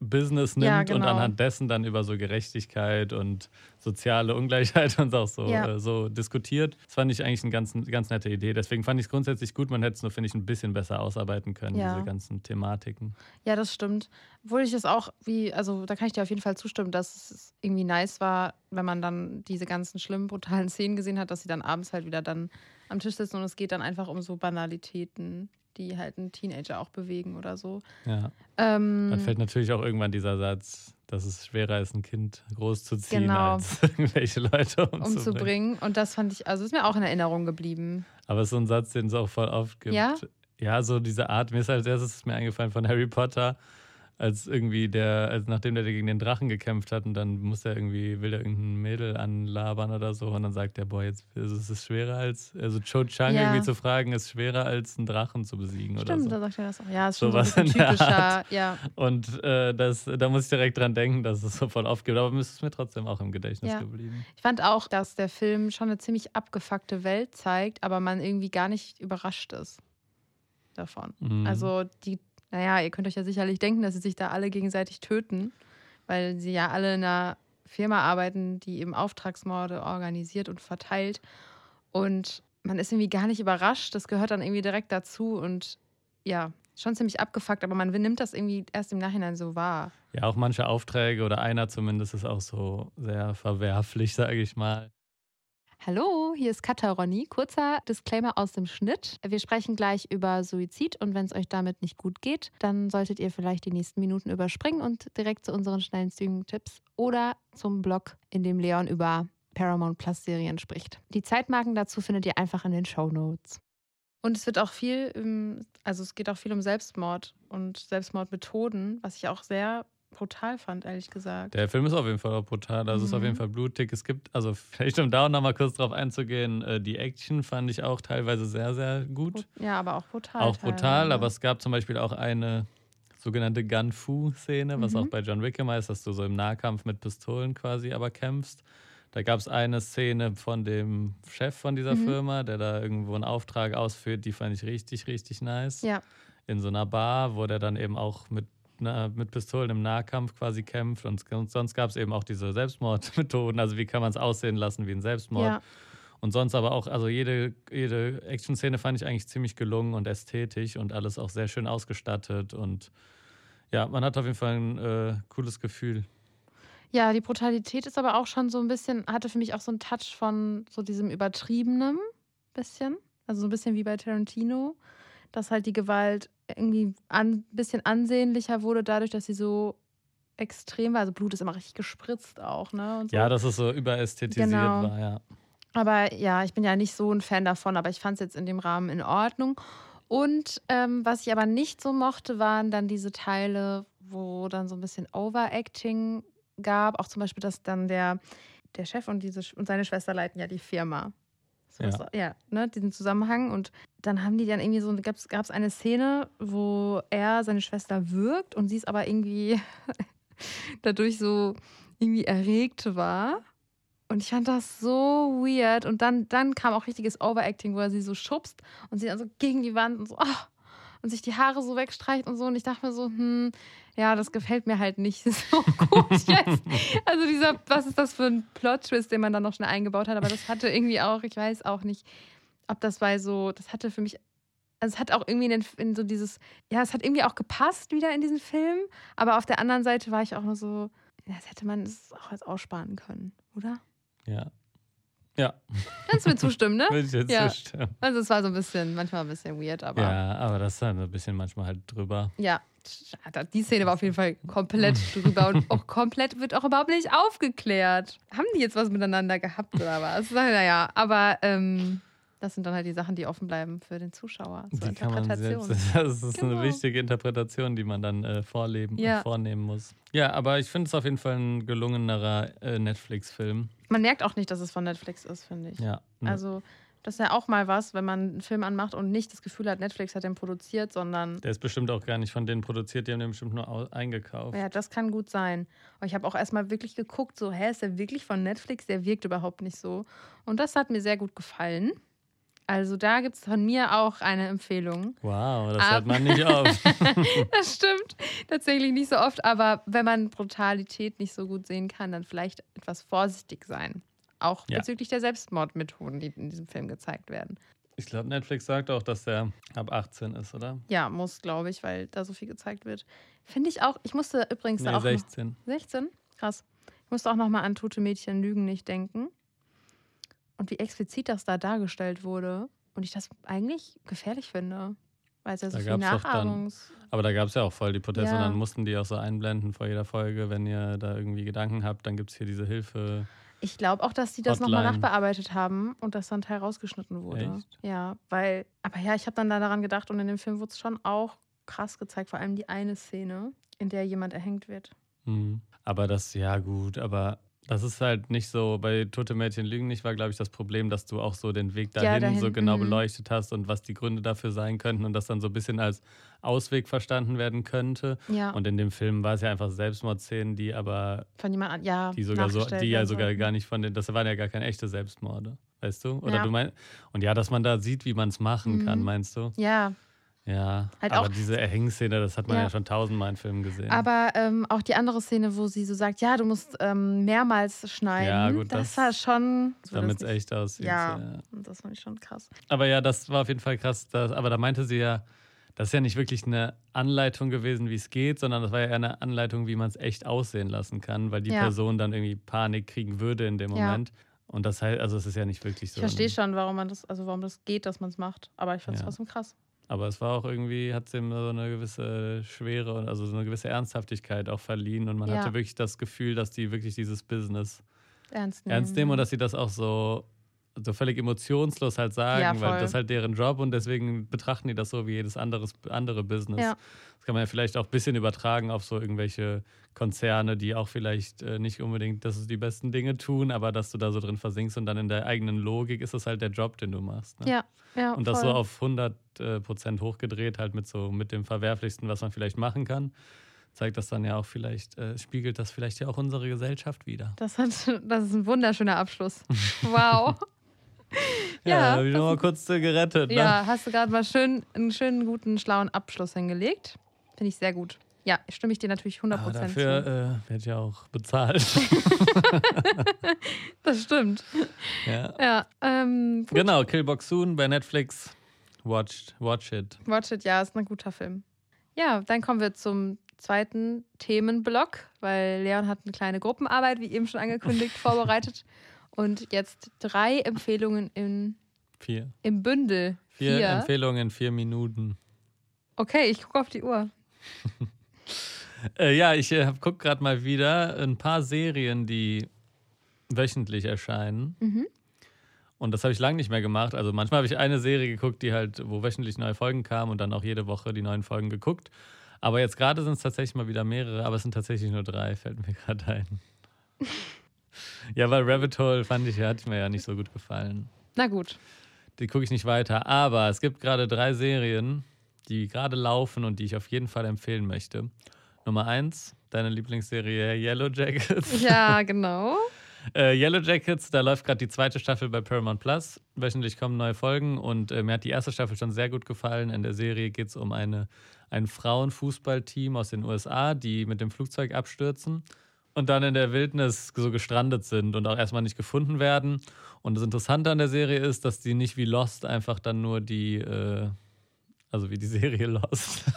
Speaker 1: Business nimmt
Speaker 2: Ja,
Speaker 1: und
Speaker 2: genau.
Speaker 1: anhand dessen dann über so Gerechtigkeit und soziale Ungleichheit und auch so,
Speaker 2: Ja.
Speaker 1: äh, so diskutiert. Das fand ich eigentlich eine ganz, ganz nette Idee. Deswegen fand ich es grundsätzlich gut. Man hätte es nur, finde ich, ein bisschen besser ausarbeiten können,
Speaker 2: Ja.
Speaker 1: diese ganzen Thematiken.
Speaker 2: ja, das stimmt. Obwohl ich es auch, wie, also da kann ich dir auf jeden Fall zustimmen, dass es irgendwie nice war, wenn man dann diese ganzen schlimmen, brutalen Szenen gesehen hat, dass sie dann abends halt wieder dann am Tisch sitzen und es geht dann einfach um so Banalitäten, die halt einen Teenager auch bewegen oder so.
Speaker 1: Ja.
Speaker 2: Ähm,
Speaker 1: Dann fällt natürlich auch irgendwann dieser Satz, dass es schwerer ist, ein Kind großzuziehen,
Speaker 2: Genau.
Speaker 1: als irgendwelche Leute umzubringen.
Speaker 2: umzubringen. Und das fand ich, also ist mir auch in Erinnerung geblieben.
Speaker 1: Aber es ist so ein Satz, den es auch voll oft gibt.
Speaker 2: Ja?
Speaker 1: Ja, so diese Art. Mir ist als erstes ist mir eingefallen von Harry Potter, als irgendwie der, als nachdem der gegen den Drachen gekämpft hat und dann muss er irgendwie, will er irgendein Mädel anlabern oder so und dann sagt der, boah, jetzt ist es ist schwerer als, also Cho Chang
Speaker 2: Ja.
Speaker 1: irgendwie zu fragen, ist schwerer als einen Drachen zu besiegen
Speaker 2: Stimmt,
Speaker 1: oder
Speaker 2: da
Speaker 1: so.
Speaker 2: sagt er das auch. Ja, ist
Speaker 1: So
Speaker 2: schon so,
Speaker 1: was in
Speaker 2: ein bisschen
Speaker 1: der
Speaker 2: typischer.
Speaker 1: Art.
Speaker 2: Ja,
Speaker 1: Und äh, das, da muss ich direkt dran denken, dass es so voll oft gibt, aber es ist mir trotzdem auch im Gedächtnis
Speaker 2: Ja.
Speaker 1: geblieben.
Speaker 2: ich fand auch, dass der Film schon eine ziemlich abgefuckte Welt zeigt, aber man irgendwie gar nicht überrascht ist davon.
Speaker 1: Mhm.
Speaker 2: Also die, naja, ihr könnt euch ja sicherlich denken, dass sie sich da alle gegenseitig töten, weil sie ja alle in einer Firma arbeiten, die eben Auftragsmorde organisiert und verteilt. Und man ist irgendwie gar nicht überrascht. Das gehört dann irgendwie direkt dazu und ja, schon ziemlich abgefuckt, aber man nimmt das irgendwie erst im Nachhinein so wahr.
Speaker 1: Ja, auch manche Aufträge oder einer zumindest ist auch so sehr verwerflich, sage ich mal.
Speaker 2: Hallo, hier ist Katha Ronny. Kurzer Disclaimer aus dem Schnitt. Wir sprechen gleich über Suizid und wenn es euch damit nicht gut geht, dann solltet ihr vielleicht die nächsten Minuten überspringen und direkt zu unseren schnellen Streaming-Tipps oder zum Blog, in dem Leon über Paramount Plus Serien spricht. Die Zeitmarken dazu findet ihr einfach in den Show Notes. Und es wird auch viel, ähm, also es geht auch viel um Selbstmord und Selbstmordmethoden, was ich auch sehr brutal fand, ehrlich gesagt.
Speaker 1: Der Film ist auf jeden Fall auch brutal. Also es ist
Speaker 2: Mhm.
Speaker 1: auf jeden Fall blutig. Es gibt, also vielleicht um da nochmal kurz drauf einzugehen, äh, die Action fand ich auch teilweise sehr, sehr gut.
Speaker 2: Ja, aber auch brutal.
Speaker 1: Auch brutal,
Speaker 2: teilweise.
Speaker 1: aber es gab zum Beispiel auch eine sogenannte Gun-Fu-Szene, was
Speaker 2: Mhm.
Speaker 1: auch bei John Wick immer ist, dass du so im Nahkampf mit Pistolen quasi aber kämpfst. Da gab es eine Szene von dem Chef von dieser
Speaker 2: Mhm.
Speaker 1: Firma, der da irgendwo einen Auftrag ausführt, die fand ich richtig, richtig nice.
Speaker 2: Ja,
Speaker 1: in so einer Bar, wo der dann eben auch mit, na, mit Pistolen im Nahkampf quasi kämpft. Und s- sonst gab es eben auch diese Selbstmordmethoden. Also wie kann man es aussehen lassen wie ein Selbstmord?
Speaker 2: ja.
Speaker 1: Und sonst aber auch, also jede, jede Action-Szene fand ich eigentlich ziemlich gelungen und ästhetisch und alles auch sehr schön ausgestattet. Und ja, man hat auf jeden Fall ein äh, cooles Gefühl.
Speaker 2: Ja, die Brutalität ist aber auch schon so ein bisschen, hatte für mich auch so einen Touch von so diesem Übertriebenen bisschen. Also so ein bisschen wie bei Tarantino, dass halt die Gewalt irgendwie an- ein bisschen ansehnlicher wurde, dadurch, dass sie so extrem war. Also Blut ist immer richtig gespritzt auch, ne? Und so.
Speaker 1: Ja, dass es so überästhetisiert
Speaker 2: Genau.
Speaker 1: war, ja.
Speaker 2: Aber ja, ich bin ja nicht so ein Fan davon, aber ich fand es jetzt in dem Rahmen in Ordnung. Und ähm, was ich aber nicht so mochte, waren dann diese Teile, wo dann so ein bisschen Overacting gab. Auch zum Beispiel, dass dann der, der Chef und, diese, Sch- und seine Schwester leiten ja die Firma. So,
Speaker 1: Ja.
Speaker 2: das- ja, ne, diesen Zusammenhang. Und dann haben die dann irgendwie so, gab es eine Szene, wo er seine Schwester wirkt und sie es aber irgendwie dadurch so irgendwie erregt war. Und ich fand das so weird. Und dann, dann kam auch richtiges Overacting, wo er sie so schubst und sie dann so gegen die Wand und so, ah, und sich die Haare so wegstreicht und so. Und ich dachte mir so, hm, ja, das gefällt mir halt nicht so gut jetzt. Also dieser, was ist das für ein Plot-Twist, den man dann noch schnell eingebaut hat. Aber das hatte irgendwie auch, ich weiß auch nicht, ob das bei so, das hatte für mich, also es hat auch irgendwie in, den, in so dieses, ja, es hat irgendwie auch gepasst wieder in diesen Film. Aber auf der anderen Seite war ich auch nur so, ja, das hätte man es auch jetzt aussparen können, oder?
Speaker 1: Ja. Ja,
Speaker 2: Kannst du mir zustimmen, ne?
Speaker 1: würde ich jetzt
Speaker 2: Ja.
Speaker 1: zustimmen.
Speaker 2: Also es war so ein bisschen, manchmal ein bisschen weird, aber ja,
Speaker 1: Ja, aber das ist dann so ein bisschen manchmal halt drüber.
Speaker 2: da- die Szene war auf jeden Fall komplett drüber und auch komplett wird auch überhaupt nicht aufgeklärt. Haben die jetzt was miteinander gehabt oder was? Naja, aber ähm, das sind dann halt die Sachen, die offen bleiben für den Zuschauer. Zur
Speaker 1: Die kann man selbst,
Speaker 2: Interpretation.
Speaker 1: das ist
Speaker 2: Genau.
Speaker 1: eine wichtige Interpretation, die man dann äh, vorleben,
Speaker 2: Ja.
Speaker 1: äh, vornehmen muss. Ja, aber ich finde es auf jeden Fall ein gelungenerer äh, Netflix-Film.
Speaker 2: Man merkt auch nicht, dass es von Netflix ist, finde ich.
Speaker 1: Ja. ne.
Speaker 2: Also das ist ja auch mal was, wenn man einen Film anmacht und nicht das Gefühl hat, Netflix hat den produziert, sondern
Speaker 1: Der ist bestimmt auch gar nicht von denen produziert, die haben den bestimmt nur au- eingekauft.
Speaker 2: Ja, das kann gut sein. Aber ich habe auch erstmal wirklich geguckt, so, hä, ist der wirklich von Netflix? Der wirkt überhaupt nicht so. Und das hat mir sehr gut gefallen. Also da gibt es von mir auch eine Empfehlung.
Speaker 1: Wow, das
Speaker 2: Ah.
Speaker 1: hört man nicht auf.
Speaker 2: Das stimmt tatsächlich nicht so oft, aber wenn man Brutalität nicht so gut sehen kann, dann vielleicht etwas vorsichtig sein. Auch
Speaker 1: Ja.
Speaker 2: bezüglich der Selbstmordmethoden, die in diesem Film gezeigt werden.
Speaker 1: Ich glaube, Netflix sagt auch, dass der ab 18 ist, oder?
Speaker 2: Ja, muss, glaube ich, weil da so viel gezeigt wird. Finde ich auch, ich musste übrigens
Speaker 1: Nee,
Speaker 2: auch noch-
Speaker 1: 16.
Speaker 2: 16? Krass. Ich musste auch nochmal an tote Mädchen lügen nicht denken. Und wie explizit das da dargestellt wurde. Und ich das eigentlich gefährlich finde. Weil es ja so
Speaker 1: Da
Speaker 2: viel
Speaker 1: gab's doch dann-
Speaker 2: Nachahmungs.
Speaker 1: Aber da gab es ja auch voll die Proteste
Speaker 2: Ja.
Speaker 1: und dann mussten die auch so einblenden vor jeder Folge, wenn ihr da irgendwie Gedanken habt, dann gibt es hier diese Hilfe.
Speaker 2: Ich glaube auch, dass die das nochmal
Speaker 1: Hotline.
Speaker 2: nachbearbeitet haben und dass da ein Teil rausgeschnitten wurde.
Speaker 1: Echt?
Speaker 2: Ja, weil, aber ja, ich habe dann da daran gedacht und in dem Film wurde es schon auch krass gezeigt, vor allem die eine Szene, in der jemand erhängt wird.
Speaker 1: Mhm. Aber das, ja gut, aber das ist halt nicht so, bei Tote Mädchen lügen nicht war, glaube ich, das Problem, dass du auch so den Weg dahin,
Speaker 2: Ja, dahin,
Speaker 1: so genau
Speaker 2: mhm.
Speaker 1: beleuchtet hast und was die Gründe dafür sein könnten und das dann so ein bisschen als Ausweg verstanden werden könnte.
Speaker 2: Ja,
Speaker 1: Und in dem Film war es ja einfach Selbstmordszenen, die aber,
Speaker 2: von jemand an, ja,
Speaker 1: die sogar so,
Speaker 2: nachgestellt
Speaker 1: die ja
Speaker 2: werden
Speaker 1: sogar
Speaker 2: sollten.
Speaker 1: gar nicht von den, das waren ja gar keine echte Selbstmorde, weißt du? Oder
Speaker 2: Ja.
Speaker 1: du meinst, und ja, dass man da sieht, wie man es machen
Speaker 2: Mhm.
Speaker 1: kann, meinst du?
Speaker 2: Ja,
Speaker 1: Ja,
Speaker 2: Halt
Speaker 1: aber
Speaker 2: auch-
Speaker 1: diese Erhängszene, das hat man ja,
Speaker 2: Ja.
Speaker 1: schon tausendmal in Filmen gesehen.
Speaker 2: Aber ähm, auch die andere Szene, wo sie so sagt, ja, du musst ähm, mehrmals schneiden.
Speaker 1: Ja, gut,
Speaker 2: das,
Speaker 1: das-
Speaker 2: war schon. so,
Speaker 1: damit es
Speaker 2: das
Speaker 1: echt aussieht.
Speaker 2: Ja.
Speaker 1: ja.
Speaker 2: Und das fand ich schon krass.
Speaker 1: Aber ja, das war auf jeden Fall krass. Dass, aber da meinte sie ja, das ist ja nicht wirklich eine Anleitung gewesen, wie es geht, sondern das war ja eher eine Anleitung, wie man es echt aussehen lassen kann, weil die
Speaker 2: Ja.
Speaker 1: Person dann irgendwie Panik kriegen würde in dem
Speaker 2: Ja.
Speaker 1: Moment. Und das heißt, also es ist ja nicht wirklich
Speaker 2: Ich
Speaker 1: so.
Speaker 2: verstehe
Speaker 1: ne?
Speaker 2: schon, warum man das, also warum das geht, dass man es macht. Aber ich fand es
Speaker 1: Ja.
Speaker 2: trotzdem krass.
Speaker 1: Aber es war auch irgendwie, hat es ihm so eine gewisse Schwere und also so eine gewisse Ernsthaftigkeit auch verliehen. Und man
Speaker 2: Ja.
Speaker 1: hatte wirklich das Gefühl, dass die wirklich dieses Business
Speaker 2: Ernst nehmen.
Speaker 1: ernst nehmen und dass sie das auch so, so völlig emotionslos halt sagen,
Speaker 2: Ja, voll.
Speaker 1: weil das ist halt deren Job und deswegen betrachten die das so wie jedes anderes, andere Business.
Speaker 2: Ja.
Speaker 1: Das kann man ja vielleicht auch ein bisschen übertragen auf so irgendwelche Konzerne, die auch vielleicht äh, nicht unbedingt, dass es die besten Dinge tun, aber dass du da so drin versinkst und dann in der eigenen Logik ist das halt der Job, den du machst. Ne?
Speaker 2: Ja, ja.
Speaker 1: Und das
Speaker 2: voll.
Speaker 1: so auf 100 äh, Prozent hochgedreht, halt mit so mit dem Verwerflichsten, was man vielleicht machen kann, zeigt das dann ja auch vielleicht, äh, spiegelt das vielleicht ja auch unsere Gesellschaft wieder.
Speaker 2: Das, hat, das ist ein wunderschöner Abschluss. Wow. Ja,
Speaker 1: wieder mal kurz äh, gerettet. Ne?
Speaker 2: ja, hast du gerade mal schön, einen schönen, guten, schlauen Abschluss hingelegt. Finde ich sehr gut. Ja, stimme ich dir natürlich 100%
Speaker 1: Aber
Speaker 2: zu.
Speaker 1: Ah, dafür äh, wird ja auch bezahlt.
Speaker 2: Das stimmt.
Speaker 1: ja.
Speaker 2: Ja, ähm, gut.
Speaker 1: Genau, Killbox Soon bei Netflix. Watched, watch it.
Speaker 2: Watch It, ja, ist ein guter Film. Ja, dann kommen wir zum zweiten Themenblock, weil Leon hat eine kleine Gruppenarbeit, wie eben schon angekündigt, vorbereitet. Und jetzt drei Empfehlungen in,
Speaker 1: Vier.
Speaker 2: im Bündel.
Speaker 1: Vier Empfehlungen in vier Minuten.
Speaker 2: Okay, ich gucke auf die Uhr.
Speaker 1: Äh, ja, ich äh, gucke gerade mal wieder ein paar Serien, die wöchentlich erscheinen.
Speaker 2: Mhm.
Speaker 1: Und das habe ich lange nicht mehr gemacht. Also manchmal habe ich eine Serie geguckt, die halt, wo wöchentlich neue Folgen kamen und dann auch jede Woche die neuen Folgen geguckt. Aber jetzt gerade sind es tatsächlich mal wieder mehrere, aber es sind tatsächlich nur drei, fällt mir gerade ein. ja, weil Rabbit Hole fand ich, hat mir ja nicht so gut gefallen.
Speaker 2: Na gut.
Speaker 1: Die gucke ich nicht weiter. Aber es gibt gerade drei Serien, die gerade laufen und die ich auf jeden Fall empfehlen möchte. Nummer eins, deine Lieblingsserie Yellow Jackets.
Speaker 2: Ja, genau.
Speaker 1: Äh, Yellow Jackets, da läuft gerade die zweite Staffel bei Paramount Plus. Wöchentlich kommen neue Folgen und äh, mir hat die erste Staffel schon sehr gut gefallen. In der Serie geht es um eine, ein Frauenfußballteam aus den USA, die mit dem Flugzeug abstürzen und dann in der Wildnis so gestrandet sind und auch erstmal nicht gefunden werden. Und das Interessante an der Serie ist, dass die nicht wie Lost einfach dann nur die, äh, also wie die Serie Lost.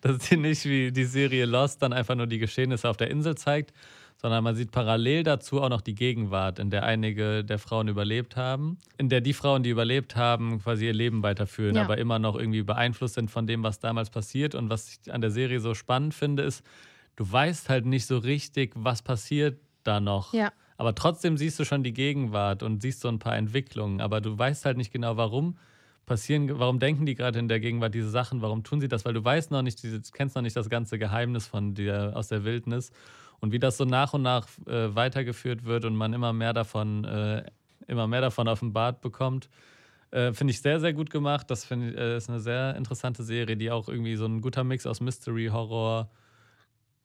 Speaker 1: Dass die nicht wie die Serie Lost dann einfach nur die Geschehnisse auf der Insel zeigt, sondern man sieht parallel dazu auch noch die Gegenwart, in der einige der Frauen überlebt haben, in der die Frauen, die überlebt haben, quasi ihr Leben weiterführen,
Speaker 2: Ja.
Speaker 1: aber immer noch irgendwie beeinflusst sind von dem, was damals passiert. Und was ich an der Serie so spannend finde, ist, du weißt halt nicht so richtig, was passiert da noch.
Speaker 2: Ja.
Speaker 1: Aber trotzdem siehst du schon die Gegenwart und siehst so ein paar Entwicklungen, aber du weißt halt nicht genau, warum passieren, warum denken die gerade in der Gegenwart diese Sachen, warum tun sie das, weil du weißt noch nicht, du kennst noch nicht das ganze Geheimnis von dir aus der Wildnis und wie das so nach und nach äh, weitergeführt wird und man immer mehr davon, äh, immer mehr davon offenbart bekommt. Äh, finde ich sehr, sehr gut gemacht. Das finde ich, äh, ist eine sehr interessante Serie, die auch irgendwie so ein guter Mix aus Mystery, Horror,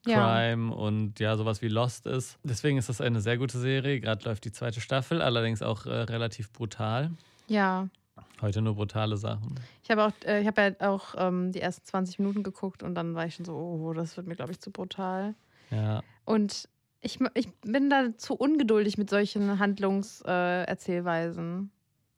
Speaker 2: Ja.
Speaker 1: Crime und ja, sowas wie Lost ist. Deswegen ist das eine sehr gute Serie. Gerade läuft die zweite Staffel, allerdings auch äh, relativ brutal.
Speaker 2: Ja.
Speaker 1: Heute nur brutale Sachen.
Speaker 2: Ich habe auch, äh, ich habe ja auch ähm, die ersten 20 Minuten geguckt und dann war ich schon so, oh, das wird mir, glaube ich, zu brutal.
Speaker 1: Ja,
Speaker 2: Und ich, m- ich bin da zu ungeduldig mit solchen Handlungserzählweisen. Äh, Erzählweisen.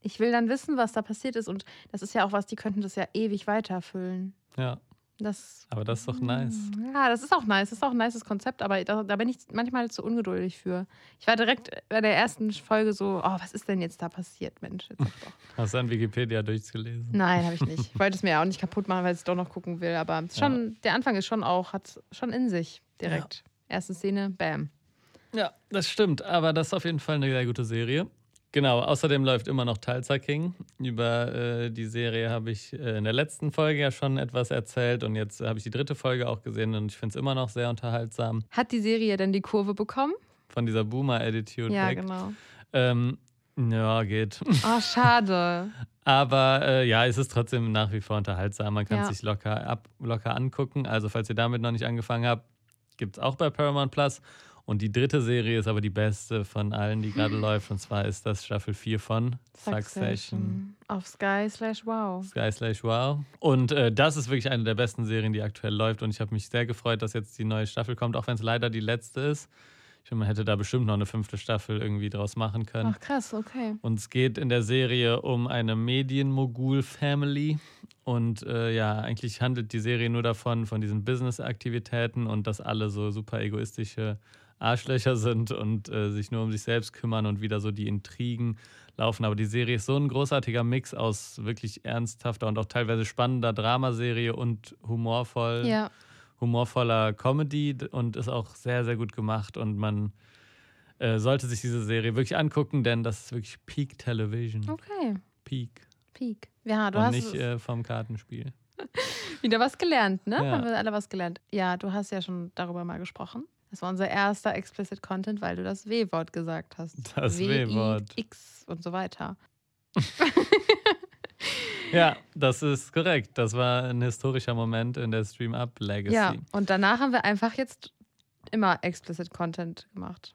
Speaker 2: ich will dann wissen, was da passiert ist. Und das ist ja auch was, die könnten das ja ewig weiterfüllen.
Speaker 1: ja.
Speaker 2: Das, Hm,
Speaker 1: Aber das ist doch nice.
Speaker 2: Ja, das ist auch nice. Das ist auch ein nices Konzept, aber da, da bin ich manchmal zu ungeduldig für. Ich war direkt bei der ersten Folge so, oh, was ist denn jetzt da passiert, Mensch? Jetzt sag doch.
Speaker 1: Hast du an Wikipedia durchgelesen?
Speaker 2: Nein, habe ich nicht. Ich wollte es mir ja auch nicht kaputt machen, weil ich es doch noch gucken will. Aber es ist schon, der Anfang ist schon auch, hat schon in sich direkt. Erste Szene, bam.
Speaker 1: Ja, das stimmt. Aber das ist auf jeden Fall eine sehr gute Serie. Genau, außerdem läuft immer noch Tulsa King. Über äh, die Serie habe ich äh, in der letzten Folge ja schon etwas erzählt und jetzt habe ich die dritte Folge auch gesehen und ich finde es immer noch sehr unterhaltsam
Speaker 2: Hat die Serie denn die Kurve bekommen?
Speaker 1: von dieser Boomer-Attitude
Speaker 2: ja,
Speaker 1: weg.
Speaker 2: genau.
Speaker 1: Ähm, ja, geht.
Speaker 2: Oh, schade.
Speaker 1: Aber äh, ja, es ist trotzdem nach wie vor unterhaltsam. Man kann
Speaker 2: Ja.
Speaker 1: es sich locker, ab, locker angucken. Also, falls ihr damit noch nicht angefangen habt, gibt es auch bei Paramount Plus. Und die dritte Serie ist aber die beste von allen, die gerade läuft. Und zwar ist das Staffel 4 von Succession.
Speaker 2: Auf Sky slash Wow.
Speaker 1: Sky slash Wow. Und äh, das ist wirklich eine der besten Serien, die aktuell läuft. Und ich habe mich sehr gefreut, dass jetzt die neue Staffel kommt, auch wenn es leider die letzte ist. Ich finde, man hätte da bestimmt noch eine fünfte Staffel irgendwie draus machen können.
Speaker 2: Ach, krass, okay.
Speaker 1: Und es geht in der Serie um eine Medienmogul-Family. Und äh, ja, eigentlich handelt die Serie nur davon, von diesen Business-Aktivitäten und dass alle so super egoistische Arschlöcher sind und äh, sich nur um sich selbst kümmern und wieder so die Intrigen laufen. Aber die Serie ist so ein großartiger Mix aus wirklich ernsthafter und auch teilweise spannender Dramaserie und humorvoll
Speaker 2: Ja,
Speaker 1: humorvoller Comedy d- und ist auch sehr, sehr gut gemacht und man äh, sollte sich diese Serie wirklich angucken, denn das ist wirklich Peak Television.
Speaker 2: Okay,
Speaker 1: Peak.
Speaker 2: Peak. Ja, Oh. Ah, du
Speaker 1: und
Speaker 2: hast
Speaker 1: nicht
Speaker 2: es-
Speaker 1: äh, vom Kartenspiel.
Speaker 2: wieder was gelernt, ne?
Speaker 1: Ja.
Speaker 2: Haben wir alle was gelernt. Ja, du hast ja schon darüber mal gesprochen. Das war unser erster explicit Content, weil du das W-Wort gesagt hast.
Speaker 1: Das W-Wort.
Speaker 2: I, X und so weiter.
Speaker 1: Ja, das ist korrekt. Das war ein historischer Moment in der Stream Up Legacy.
Speaker 2: Ja, und danach haben wir einfach jetzt immer explicit Content gemacht.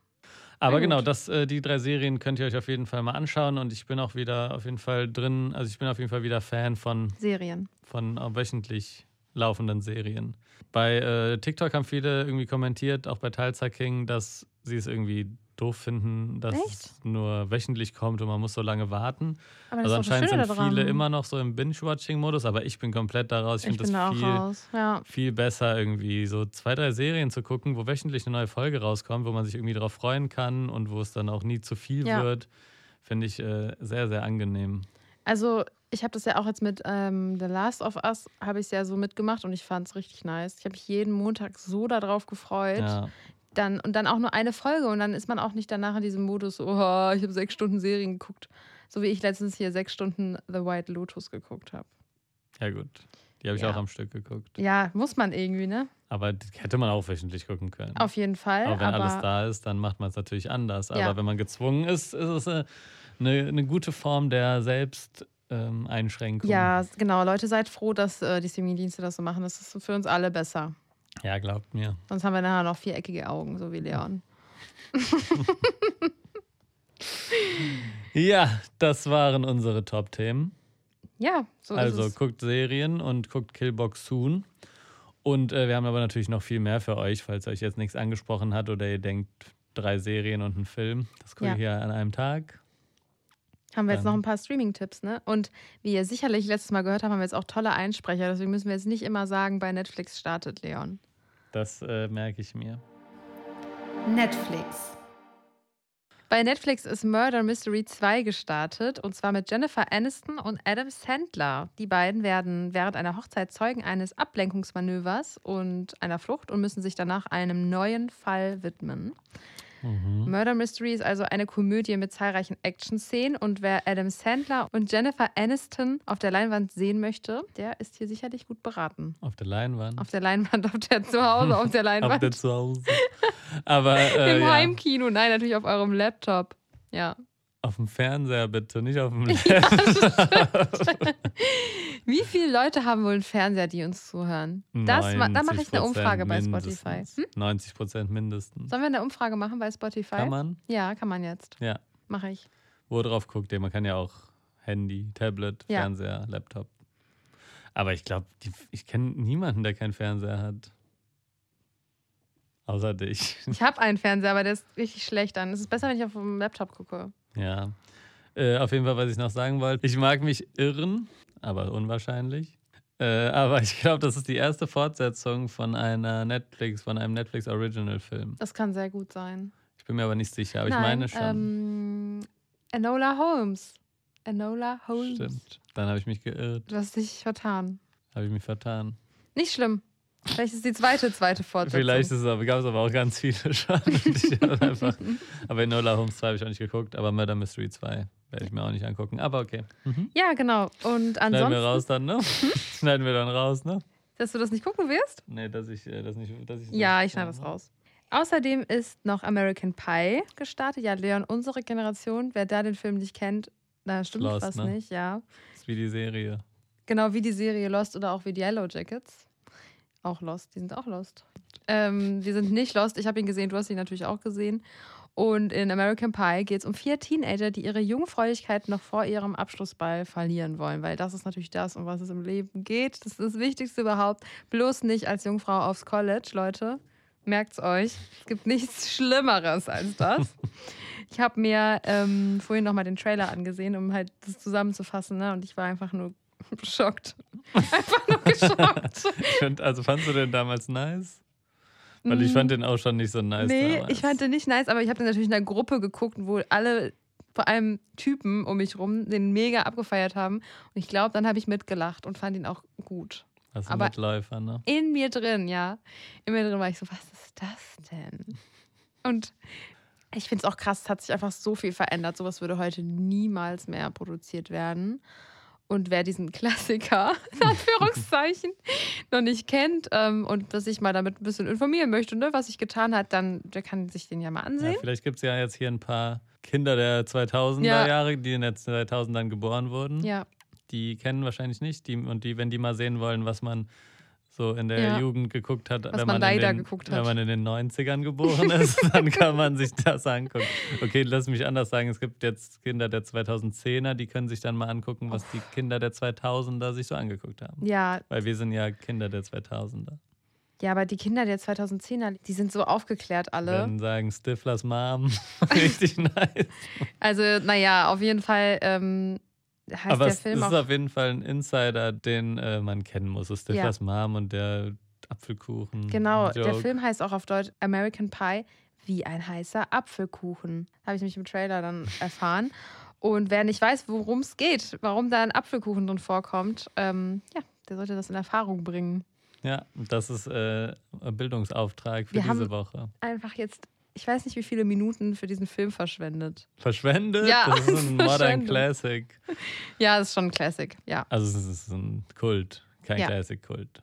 Speaker 1: Aber
Speaker 2: Sehr
Speaker 1: genau,
Speaker 2: gut.
Speaker 1: das, äh, die drei Serien könnt ihr euch auf jeden Fall mal anschauen und ich bin auch wieder auf jeden Fall drin. Also ich bin auf jeden Fall wieder Fan von
Speaker 2: Serien.
Speaker 1: von äh, wöchentlich laufenden Serien. Bei äh, TikTok haben viele irgendwie kommentiert, auch bei Tulsa King, dass sie es irgendwie doof finden, dass
Speaker 2: Echt?
Speaker 1: es nur wöchentlich kommt und man muss so lange warten.
Speaker 2: Aber
Speaker 1: also
Speaker 2: ist doch das
Speaker 1: anscheinend
Speaker 2: Schöne
Speaker 1: sind
Speaker 2: daran.
Speaker 1: viele immer noch so im Binge-Watching-Modus, aber ich bin komplett daraus. Ich,
Speaker 2: Ich
Speaker 1: finde
Speaker 2: bin da
Speaker 1: das
Speaker 2: auch
Speaker 1: viel,
Speaker 2: raus. Ja.
Speaker 1: viel besser, irgendwie so zwei, drei Serien zu gucken, wo wöchentlich eine neue Folge rauskommt, wo man sich irgendwie darauf freuen kann und wo es dann auch nie zu viel
Speaker 2: Ja.
Speaker 1: wird. Finde ich äh, sehr, sehr angenehm.
Speaker 2: Also ich habe das ja auch jetzt mit ähm, The Last of Us, habe ich es ja so mitgemacht und ich fand es richtig nice. Ich habe mich jeden Montag so darauf gefreut.
Speaker 1: Ja.
Speaker 2: Dann, und dann auch nur eine Folge und dann ist man auch nicht danach in diesem Modus, so, oh, ich habe sechs Stunden Serien geguckt. So wie ich letztens hier sechs Stunden The White Lotus geguckt habe.
Speaker 1: ja, gut. Die habe ich
Speaker 2: Ja.
Speaker 1: auch am Stück geguckt.
Speaker 2: Ja, muss man irgendwie, ne?
Speaker 1: Aber die hätte man auch wöchentlich gucken können.
Speaker 2: Auf jeden Fall.
Speaker 1: aber wenn
Speaker 2: aber
Speaker 1: alles da ist, dann macht man es natürlich anders.
Speaker 2: Ja.
Speaker 1: Aber wenn man gezwungen ist, ist es eine, eine, eine gute Form der ähm, Selbsteinschränkung.
Speaker 2: ja, genau. Leute, seid froh, dass äh, die Streamingdienste das so machen. Das ist für uns alle besser.
Speaker 1: ja, glaubt mir.
Speaker 2: Sonst haben wir nachher noch viereckige Augen, so wie Leon.
Speaker 1: Ja, das waren unsere Top-Themen.
Speaker 2: Ja, so
Speaker 1: also
Speaker 2: ist es.
Speaker 1: guckt Serien und guckt Killbox Soon. Und äh, wir haben aber natürlich noch viel mehr für euch, falls euch jetzt nichts angesprochen hat oder ihr denkt, drei Serien und einen Film. Das gucke
Speaker 2: Ja.
Speaker 1: ich hier an einem Tag.
Speaker 2: Haben wir jetzt
Speaker 1: Dann-
Speaker 2: noch ein paar Streaming-Tipps, ne? Und wie ihr sicherlich letztes Mal gehört habt, haben wir jetzt auch tolle Einsprecher. Deswegen müssen wir jetzt nicht immer sagen, bei Netflix startet Leon.
Speaker 1: Das äh, merke ich mir.
Speaker 3: Netflix.
Speaker 2: Bei Netflix ist Murder Mystery 2 gestartet und zwar mit Jennifer Aniston und Adam Sandler. Die beiden werden während einer Hochzeit Zeugen eines Ablenkungsmanövers und einer Flucht und müssen sich danach einem neuen Fall widmen.
Speaker 1: Mhm.
Speaker 2: Murder Mystery ist also eine Komödie mit zahlreichen Action-Szenen und wer Adam Sandler und Jennifer Aniston auf der Leinwand sehen möchte, der ist hier sicherlich gut beraten.
Speaker 1: Auf der Leinwand.
Speaker 2: Auf der Leinwand, auf der Zuhause, auf der
Speaker 1: Auf der
Speaker 2: Leinwand,
Speaker 1: Zuhause. Aber äh,
Speaker 2: im
Speaker 1: ja,
Speaker 2: Heimkino, nein, natürlich auf eurem Laptop. Ja.
Speaker 1: auf dem Fernseher bitte, nicht auf dem Laptop.
Speaker 2: Wie viele Leute haben wohl einen Fernseher, die uns zuhören? Das, ma- da mache ich eine Umfrage bei Spotify. Hm?
Speaker 1: 90 Prozent mindestens.
Speaker 2: Sollen wir eine Umfrage machen bei Spotify?
Speaker 1: Kann man?
Speaker 2: Ja, kann man jetzt.
Speaker 1: Ja.
Speaker 2: Mache ich.
Speaker 1: Wo drauf guckt ihr? Man kann ja auch Handy, Tablet,
Speaker 2: Ja.
Speaker 1: Fernseher, Laptop. Aber ich glaube, ich kenne niemanden, der keinen Fernseher hat. Außer dich.
Speaker 2: Ich habe einen Fernseher, aber der ist richtig schlecht an. Es ist besser, wenn ich auf dem Laptop gucke.
Speaker 1: Ja. Äh, auf jeden Fall, was ich noch sagen wollte. Ich mag mich irren, aber unwahrscheinlich. Äh, aber ich glaube, das ist die erste Fortsetzung von einer Netflix, von einem Netflix Original Film.
Speaker 2: Das kann sehr gut sein.
Speaker 1: Ich bin mir aber nicht sicher, aber
Speaker 2: Nein,
Speaker 1: ich meine schon.
Speaker 2: Ähm, Enola Holmes. Enola Holmes.
Speaker 1: Stimmt. Dann habe ich mich geirrt,
Speaker 2: Du hast dich vertan.
Speaker 1: habe ich mich vertan.
Speaker 2: Nicht schlimm. Vielleicht ist die zweite, zweite Fortsetzung.
Speaker 1: Vielleicht ist es aber, gab es aber auch ganz viele schon. Und ich hab einfach, aber Enola Holmes 2 habe ich auch nicht geguckt, aber Murder Mystery 2 werde ich mir auch nicht angucken. Aber okay. Mhm.
Speaker 2: ja, genau. Und
Speaker 1: Schneiden wir
Speaker 2: ansonsten, Mhm.
Speaker 1: raus dann, ne? Schneiden wir dann raus, ne?
Speaker 2: dass du das nicht gucken wirst?
Speaker 1: Nee, dass ich äh, das nicht. ne? Dass ich
Speaker 2: Ja, ich schneide das raus. Außerdem ist noch American Pie gestartet. Ja, Leon, unsere Generation. Wer da den Film nicht kennt, da stimmt
Speaker 1: Lost,
Speaker 2: was
Speaker 1: ne?
Speaker 2: nicht, ja.
Speaker 1: Das ist wie die Serie.
Speaker 2: Genau wie die Serie Lost oder auch wie die Yellow Jackets. Auch Lost, die sind auch Lost. Ähm, wir sind nicht Lost, ich habe ihn gesehen, du hast ihn natürlich auch gesehen. Und in American Pie geht es um vier Teenager, die ihre Jungfräulichkeit noch vor ihrem Abschlussball verlieren wollen, weil das ist natürlich das, um was es im Leben geht. Das ist das Wichtigste überhaupt. Bloß nicht als Jungfrau aufs College, Leute. Merkt's euch. Es gibt nichts Schlimmeres als das. Ich habe mir ähm, vorhin nochmal den Trailer angesehen, um halt das zusammenzufassen. Ne? Und ich war einfach nur geschockt. Einfach nur geschockt.
Speaker 1: Ich find, also fandst du den damals nice? Weil ich fand den auch schon nicht so nice.
Speaker 2: Mhm. Mm. nee,
Speaker 1: damals.
Speaker 2: ich fand den nicht nice, aber ich habe den natürlich in einer Gruppe geguckt, wo alle, vor allem Typen um mich rum, den mega abgefeiert haben. Und ich glaube, dann habe ich mitgelacht und fand ihn auch gut.
Speaker 1: Das ist ein
Speaker 2: aber-
Speaker 1: Mitläufer, ne?
Speaker 2: In mir drin, ja. In mir drin war ich so, was ist das denn? Und Ich finde es auch krass, es hat sich einfach so viel verändert. Sowas würde heute niemals mehr produziert werden. Und wer diesen Klassiker, in Anführungszeichen, noch nicht kennt ähm, und dass ich mal damit ein bisschen informieren möchte, ne, was sich getan hat, dann der kann sich den ja mal
Speaker 1: Ja,
Speaker 2: ansehen.
Speaker 1: vielleicht gibt es ja jetzt hier ein paar Kinder der 2000er
Speaker 2: Ja.
Speaker 1: Jahre, die in den 2000ern geboren wurden.
Speaker 2: Ja,
Speaker 1: Die kennen wahrscheinlich nicht. Die, und die, wenn die mal sehen wollen, was man so in der
Speaker 2: Ja.
Speaker 1: Jugend geguckt hat, wenn,
Speaker 2: man
Speaker 1: man in
Speaker 2: leider
Speaker 1: den,
Speaker 2: geguckt
Speaker 1: wenn
Speaker 2: hat.
Speaker 1: man in den 90ern geboren ist, dann kann man sich das angucken. Okay, lass mich anders sagen. Es gibt jetzt Kinder der 2010er, die können sich dann mal angucken, was die Kinder der 2000er sich so angeguckt haben.
Speaker 2: ja,
Speaker 1: Weil wir sind ja Kinder der 2000er.
Speaker 2: ja, aber die Kinder der 2010er, die sind so aufgeklärt
Speaker 1: Wir
Speaker 2: alle.
Speaker 1: würden sagen, Stiflers Mom. Richtig nice.
Speaker 2: Also, naja, auf jeden Fall ähm, heißt
Speaker 1: Aber
Speaker 2: der
Speaker 1: es
Speaker 2: Film
Speaker 1: ist
Speaker 2: auch.
Speaker 1: auf jeden Fall ein Insider, den äh, man kennen muss. Es ist Stiflers Mom und der Apfelkuchen.
Speaker 2: Genau, der
Speaker 1: Joke.
Speaker 2: Film heißt auch auf Deutsch American Pie wie ein heißer Apfelkuchen. Habe ich mich im Trailer dann erfahren. Und wer nicht weiß, worum es geht, warum da ein Apfelkuchen drin vorkommt, ähm, ja, der sollte das in Erfahrung bringen.
Speaker 1: Ja, und das ist äh, ein Bildungsauftrag für
Speaker 2: Wir
Speaker 1: diese
Speaker 2: haben-
Speaker 1: Woche.
Speaker 2: Einfach jetzt, ich weiß nicht, wie viele Minuten für diesen Film verschwendet.
Speaker 1: Verschwendet?
Speaker 2: Ja,
Speaker 1: das ist ein Modern
Speaker 2: verschwendet.
Speaker 1: Classic.
Speaker 2: Ja, das ist schon ein Classic. Ja,
Speaker 1: Also es ist ein Kult, kein
Speaker 2: Ja.
Speaker 1: Classic-Kult.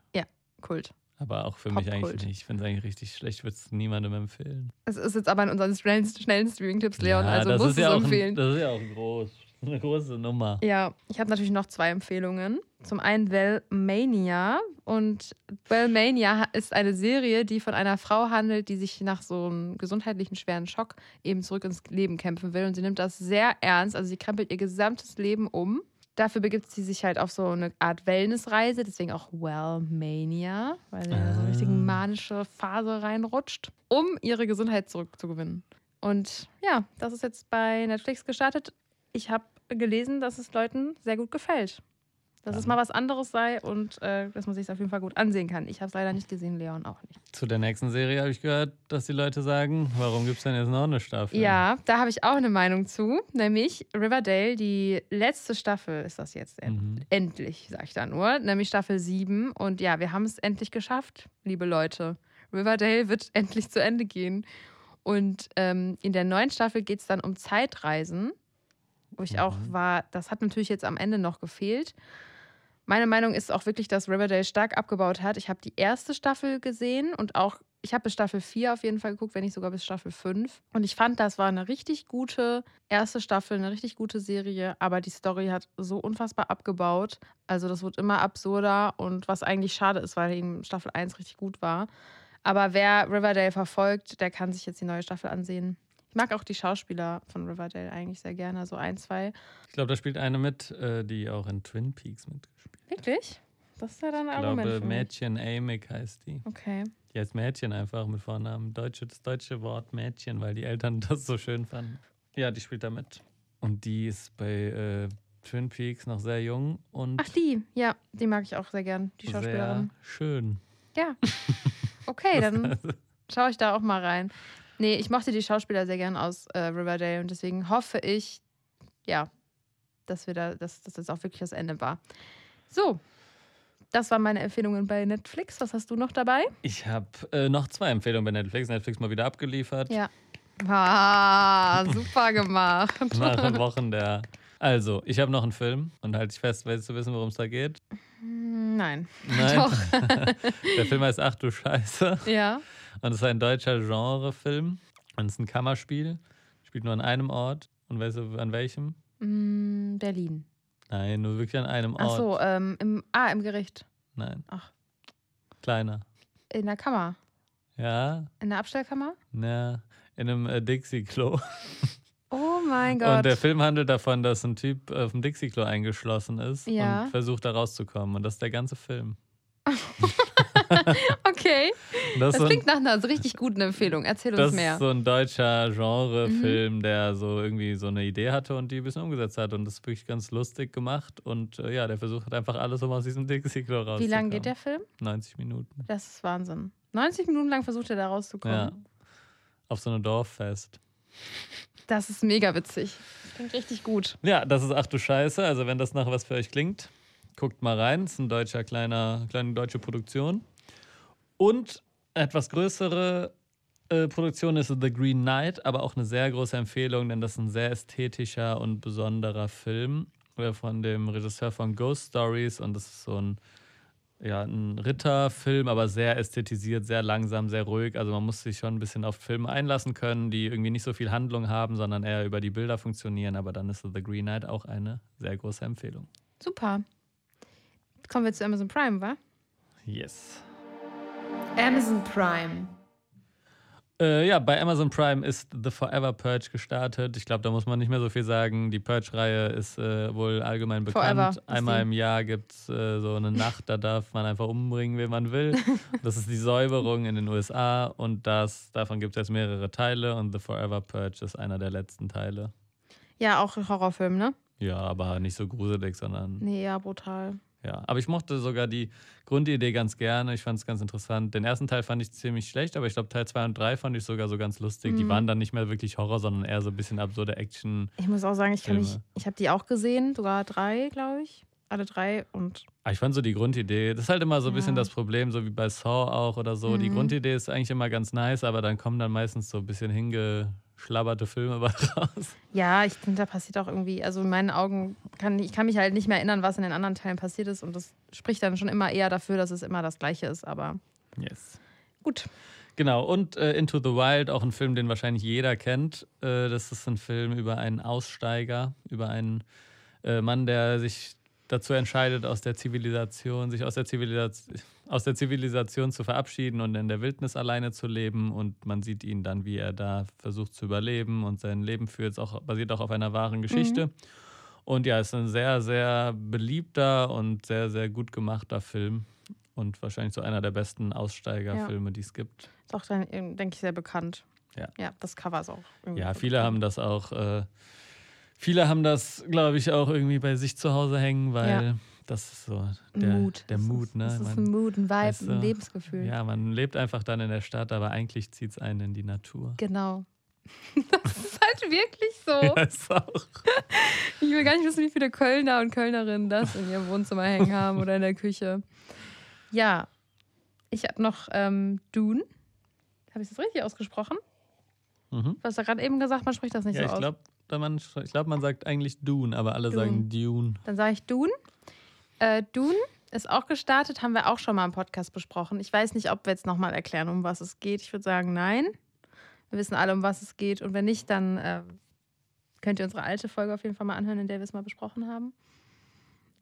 Speaker 2: Kult.
Speaker 1: Aber auch für mich
Speaker 2: Popkult.
Speaker 1: eigentlich nicht. Ich finde es eigentlich richtig schlecht, würde es niemandem empfehlen.
Speaker 2: Es ist jetzt aber in unseren schnellen, schnellen Streaming-Tipps, Leon,
Speaker 1: ja,
Speaker 2: also
Speaker 1: das
Speaker 2: muss
Speaker 1: ist
Speaker 2: es
Speaker 1: ja auch
Speaker 2: empfehlen.
Speaker 1: Ein, das ist ja auch groß. Eine große Nummer.
Speaker 2: Ja, ich habe natürlich noch zwei Empfehlungen. Zum einen Wellmania. Und Wellmania ist eine Serie, die von einer Frau handelt, die sich nach so einem gesundheitlichen schweren Schock eben zurück ins Leben kämpfen will. Und sie nimmt das sehr ernst. Also sie krempelt ihr gesamtes Leben um. Dafür begibt sie sich halt auf so eine Art Wellnessreise, deswegen auch Wellmania, weil sie in so
Speaker 1: Ah.
Speaker 2: eine richtige manische Phase reinrutscht, um ihre Gesundheit zurückzugewinnen. Und ja, das ist jetzt bei Netflix gestartet. Ich habe gelesen, dass es Leuten sehr gut gefällt. Dass es
Speaker 1: Dann-
Speaker 2: mal was anderes sei und äh, dass man sich auf jeden Fall gut ansehen kann. Ich habe es leider nicht gesehen, Leon auch nicht.
Speaker 1: Zu der nächsten Serie habe ich gehört, dass die Leute sagen, warum gibt es denn jetzt noch eine Staffel?
Speaker 2: Ja, da habe ich auch eine Meinung zu, nämlich Riverdale, die letzte Staffel ist das jetzt äh, end
Speaker 1: Mhm.
Speaker 2: endlich, sag ich da nur, nämlich Staffel 7 und ja, wir haben es endlich geschafft, liebe Leute. Riverdale wird endlich zu Ende gehen. Und ähm, in der neuen Staffel geht es dann um Zeitreisen, wo ich auch
Speaker 1: Mhm.
Speaker 2: war, das hat natürlich jetzt am Ende noch gefehlt. Meine Meinung ist auch wirklich, dass Riverdale stark abgebaut hat. Ich habe die erste Staffel gesehen und auch, ich habe bis Staffel 4 auf jeden Fall geguckt, wenn nicht sogar bis Staffel 5. Und ich fand, das war eine richtig gute erste Staffel, eine richtig gute Serie, aber die Story hat so unfassbar abgebaut. Also das wird immer absurder und was eigentlich schade ist, weil eben Staffel 1 richtig gut war. Aber wer Riverdale verfolgt, der kann sich jetzt die neue Staffel ansehen. Ich mag auch die Schauspieler von Riverdale eigentlich sehr gerne, so ein, zwei.
Speaker 1: Ich glaube, da spielt eine mit, äh, die auch in Twin Peaks mitgespielt
Speaker 2: Wirklich? Das ist ja dann ein
Speaker 1: hat. Ich
Speaker 2: Argument.
Speaker 1: glaube,
Speaker 2: für mich.
Speaker 1: Mädchen Amick heißt die.
Speaker 2: Okay.
Speaker 1: Die heißt Mädchen einfach mit Vornamen. Deutsche, das deutsche Wort Mädchen, weil die Eltern das so schön fanden. Ja, die spielt da mit. Und die ist bei äh, Twin Peaks noch sehr jung und
Speaker 2: Ach, die, ja, die mag ich auch sehr gern, die
Speaker 1: sehr
Speaker 2: Schauspielerin. Mhm.
Speaker 1: schön.
Speaker 2: Ja. Okay, dann schaue ich da auch mal rein. Nee, ich mochte die Schauspieler sehr gern aus äh, Riverdale und deswegen hoffe ich, ja, dass wir da, dass das jetzt auch wirklich das Ende war. So, das waren meine Empfehlungen bei Netflix. Was hast du noch dabei?
Speaker 1: Ich habe äh, noch zwei Empfehlungen bei Netflix. Netflix mal wieder abgeliefert.
Speaker 2: Ja. Ah, super gemacht.
Speaker 1: Nach Wochen der. Also, ich habe noch einen Film und halte ich fest, willst du wissen, worum es da geht?
Speaker 2: Hm, Nein.
Speaker 1: Nein.
Speaker 2: Doch.
Speaker 1: Der Film heißt Ach du Scheiße.
Speaker 2: Ja.
Speaker 1: Und es ist ein deutscher Genrefilm. Und es ist ein Kammerspiel. Spielt nur an einem Ort. Und weißt du, an welchem?
Speaker 2: Hm, Berlin.
Speaker 1: Nein, nur wirklich an einem Ort.
Speaker 2: Ach so, ähm, im, ah, im Gericht.
Speaker 1: Nein.
Speaker 2: Ach.
Speaker 1: Kleiner.
Speaker 2: In der Kammer.
Speaker 1: Ja,
Speaker 2: In der Abstellkammer?
Speaker 1: na, in einem äh, Dixie-Klo.
Speaker 2: Oh mein Gott.
Speaker 1: Und der Film handelt davon, dass ein Typ auf dem Dixie-Klo eingeschlossen ist
Speaker 2: Ja.
Speaker 1: und versucht, da rauszukommen. Und das ist der ganze Film.
Speaker 2: okay.
Speaker 1: Und Das,
Speaker 2: Das
Speaker 1: ist so ein,
Speaker 2: klingt nach einer so richtig guten Empfehlung. Erzähl
Speaker 1: das
Speaker 2: uns
Speaker 1: ist
Speaker 2: mehr. Mhm.
Speaker 1: so ein deutscher Genre-Film, der so irgendwie so eine Idee hatte und die ein bisschen umgesetzt hat. Und das ist wirklich ganz lustig gemacht. Und äh, ja, der versucht einfach alles, um aus diesem Dixie-Klo rauszukommen.
Speaker 2: Wie lange geht der Film?
Speaker 1: 90 Minuten.
Speaker 2: Das ist Wahnsinn. 90 Minuten lang versucht er da rauszukommen.
Speaker 1: Ja. Auf so einem Dorffest.
Speaker 2: Das ist mega witzig. Klingt richtig gut.
Speaker 1: Ja, das ist Ach du Scheiße. Also, wenn das nach was für euch klingt, guckt mal rein. Es ist ein deutscher, kleiner, kleine deutsche Produktion. Und etwas größere äh, Produktion ist The Green Knight, aber auch eine sehr große Empfehlung, denn das ist ein sehr ästhetischer und besonderer Film äh, von dem Regisseur von Ghost Stories und das ist so ein, ja, ein Ritterfilm, aber sehr ästhetisiert, sehr langsam, sehr ruhig. Also man muss sich schon ein bisschen auf Filme einlassen können, die irgendwie nicht so viel Handlung haben, sondern eher über die Bilder funktionieren. Aber dann ist The Green Knight auch eine sehr große Empfehlung.
Speaker 2: Super. Jetzt kommen wir zu Amazon Prime, wa?
Speaker 1: Yes.
Speaker 2: Amazon Prime.
Speaker 1: Äh, ja, bei Amazon Prime ist The Forever Purge gestartet. Ich glaube, da muss man nicht mehr so viel sagen. Die Purge-Reihe ist äh, wohl allgemein bekannt.
Speaker 2: Forever ist
Speaker 1: Einmal
Speaker 2: die.
Speaker 1: im Jahr gibt es äh, so eine Nacht, da darf man einfach umbringen, wen man will. Das ist die Säuberung in den USA und das, davon gibt es jetzt mehrere Teile und The Forever Purge ist einer der letzten Teile.
Speaker 2: Ja, auch ein Horrorfilm, ne?
Speaker 1: Ja, aber nicht so gruselig, sondern
Speaker 2: Nee, ja, brutal.
Speaker 1: ja, aber ich mochte sogar die Grundidee ganz gerne. Ich fand es ganz interessant. Den ersten Teil fand ich ziemlich schlecht, aber ich glaube, Teil 2 und 3 fand ich sogar so ganz lustig. Die
Speaker 2: Mhm.
Speaker 1: waren dann nicht mehr wirklich Horror, sondern eher so ein bisschen absurde Action.
Speaker 2: Ich muss auch sagen, ich kann mich,
Speaker 1: Filme.
Speaker 2: ich habe die auch gesehen, sogar drei, glaube ich. Alle drei und
Speaker 1: Aber Ah, ich fand so die Grundidee, das ist halt immer so ein bisschen
Speaker 2: Ja.
Speaker 1: das Problem, so wie bei Saw auch oder so. Die
Speaker 2: Mhm.
Speaker 1: Grundidee ist eigentlich immer ganz nice, aber dann kommen dann meistens so ein bisschen hingeschlabberte Filme bei raus.
Speaker 2: ja, ich finde, da passiert auch irgendwie, also in meinen Augen kann ich kann mich halt nicht mehr erinnern, was in den anderen Teilen passiert ist und das spricht dann schon immer eher dafür, dass es immer das Gleiche ist, aber
Speaker 1: Yes.
Speaker 2: gut.
Speaker 1: Genau, und äh, Into the Wild, auch ein Film, den wahrscheinlich jeder kennt. Äh, das ist ein Film über einen Aussteiger, über einen äh, Mann, der sich dazu entscheidet, aus der Zivilisation, sich aus der Zivilisation, aus der Zivilisation zu verabschieden und in der Wildnis alleine zu leben. Und man sieht ihn dann, wie er da versucht zu überleben und sein Leben führt. Es auch, basiert auch auf einer wahren Geschichte. Und ja, es ist ein sehr, sehr beliebter und sehr, sehr gut gemachter Film. Und wahrscheinlich so einer der besten Aussteigerfilme, die es gibt.
Speaker 2: Ist auch dann, ähm, denke ich, sehr bekannt.
Speaker 1: Ja.
Speaker 2: Ja, das Cover ist auch. irgendwie
Speaker 1: Ja,
Speaker 2: so
Speaker 1: viele haben
Speaker 2: bekannt.
Speaker 1: das auch, äh, viele haben das, glaube ich, auch irgendwie bei sich zu Hause hängen, weil das ist so der
Speaker 2: Mut.
Speaker 1: Der
Speaker 2: Das
Speaker 1: Mut
Speaker 2: ist,
Speaker 1: ne?
Speaker 2: Das ist ein
Speaker 1: man,
Speaker 2: Mut, ein Vibe,
Speaker 1: weißt du,
Speaker 2: ein Lebensgefühl.
Speaker 1: ja, man lebt einfach dann in der Stadt, aber eigentlich zieht es einen in die Natur.
Speaker 2: Genau. Das ist halt wirklich so.
Speaker 1: Ja, ist auch.
Speaker 2: Ich will gar nicht wissen, wie viele Kölner und Kölnerinnen das in ihrem Wohnzimmer hängen haben oder in der Küche. Ja, ich habe noch ähm, Dune. Habe ich das richtig ausgesprochen?
Speaker 1: Mhm.
Speaker 2: Du hast ja gerade eben gesagt, man spricht das nicht
Speaker 1: Ja,
Speaker 2: so
Speaker 1: ich
Speaker 2: aus.
Speaker 1: glaube, man, ich glaub, man sagt eigentlich Dune, aber alle
Speaker 2: Dune.
Speaker 1: sagen Dune.
Speaker 2: Dann sage ich Dune. Äh, Dune ist auch gestartet, haben wir auch schon mal im Podcast besprochen. Ich weiß nicht, ob wir jetzt nochmal erklären, um was es geht. Ich würde sagen, nein. Wir wissen alle, um was es geht. Und wenn nicht, dann äh, könnt ihr unsere alte Folge auf jeden Fall mal anhören, in der wir es mal besprochen haben.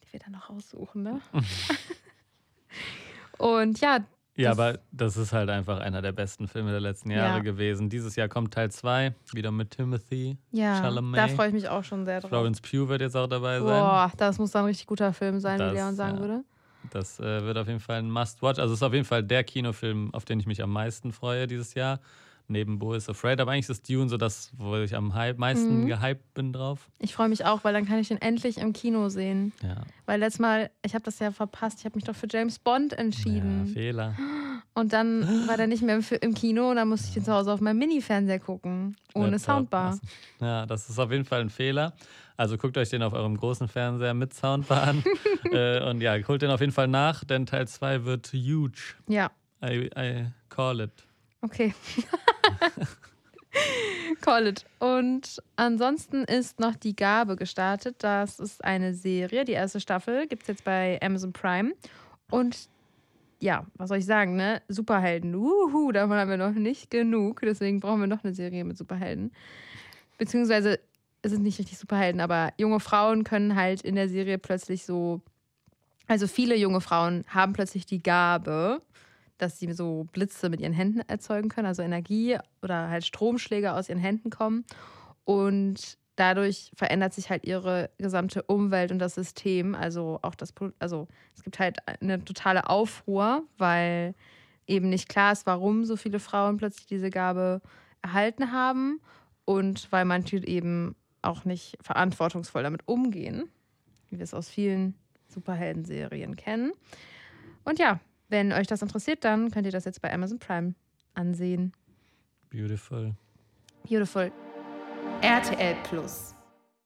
Speaker 2: Die wir dann noch raussuchen, ne? Und ja,
Speaker 1: Ja,
Speaker 2: Das-
Speaker 1: aber das ist halt einfach einer der besten Filme der letzten Jahre
Speaker 2: Ja.
Speaker 1: gewesen. Dieses Jahr kommt Teil 2, wieder mit Timothy.
Speaker 2: ja
Speaker 1: Chalamet.
Speaker 2: da freue ich mich auch schon sehr drauf.
Speaker 1: Florence Pugh wird jetzt auch dabei sein.
Speaker 2: Boah, das muss dann ein richtig guter Film sein,
Speaker 1: Das,
Speaker 2: wie Leon sagen
Speaker 1: ja.
Speaker 2: würde.
Speaker 1: Das äh, wird auf jeden Fall ein Must-Watch. Also es ist auf jeden Fall der Kinofilm, auf den ich mich am meisten freue dieses Jahr. Neben Bo is Afraid. Aber eigentlich ist Dune so das, wo ich am hy- meisten
Speaker 2: Mhm.
Speaker 1: gehypt bin drauf.
Speaker 2: Ich freue mich auch, weil dann kann ich den endlich im Kino sehen.
Speaker 1: Ja.
Speaker 2: Weil letztes Mal, ich habe das ja verpasst, ich habe mich doch für James Bond
Speaker 1: ja
Speaker 2: entschieden.
Speaker 1: Fehler.
Speaker 2: und dann war der nicht mehr im, Fi- im Kino und dann musste ich den zu Hause auf meinem Mini-Fernseher gucken. Ohne
Speaker 1: Laptop.
Speaker 2: Soundbar.
Speaker 1: Ja, das ist auf jeden Fall ein Fehler. Also guckt euch den auf eurem großen Fernseher mit Soundbar an. äh, und ja, holt den auf jeden Fall nach, denn Teil 2 wird huge.
Speaker 2: Ja,
Speaker 1: I, I call it.
Speaker 2: okay. Call it. Und ansonsten ist noch Die Gabe gestartet. Das ist eine Serie. Die erste Staffel gibt es jetzt bei Amazon Prime. Und ja, was soll ich sagen, ne? Superhelden. Uhu, davon haben wir noch nicht genug. Deswegen brauchen wir noch eine Serie mit Superhelden. Beziehungsweise es sind nicht richtig Superhelden, aber junge Frauen können halt in der Serie plötzlich so. Also viele junge Frauen haben plötzlich die Gabe, dass sie so Blitze mit ihren Händen erzeugen können, also Energie oder halt Stromschläge aus ihren Händen kommen. Und dadurch verändert sich halt ihre gesamte Umwelt und das System. Also auch das, Pol- also es gibt halt eine totale Aufruhr, weil eben nicht klar ist, warum so viele Frauen plötzlich diese Gabe erhalten haben und weil manche eben auch nicht verantwortungsvoll damit umgehen, wie wir es aus vielen Superhelden-Serien kennen. Und ja, wenn euch das interessiert, dann könnt ihr das jetzt bei Amazon Prime ansehen.
Speaker 1: Beautiful.
Speaker 2: Beautiful.
Speaker 3: RTL Plus.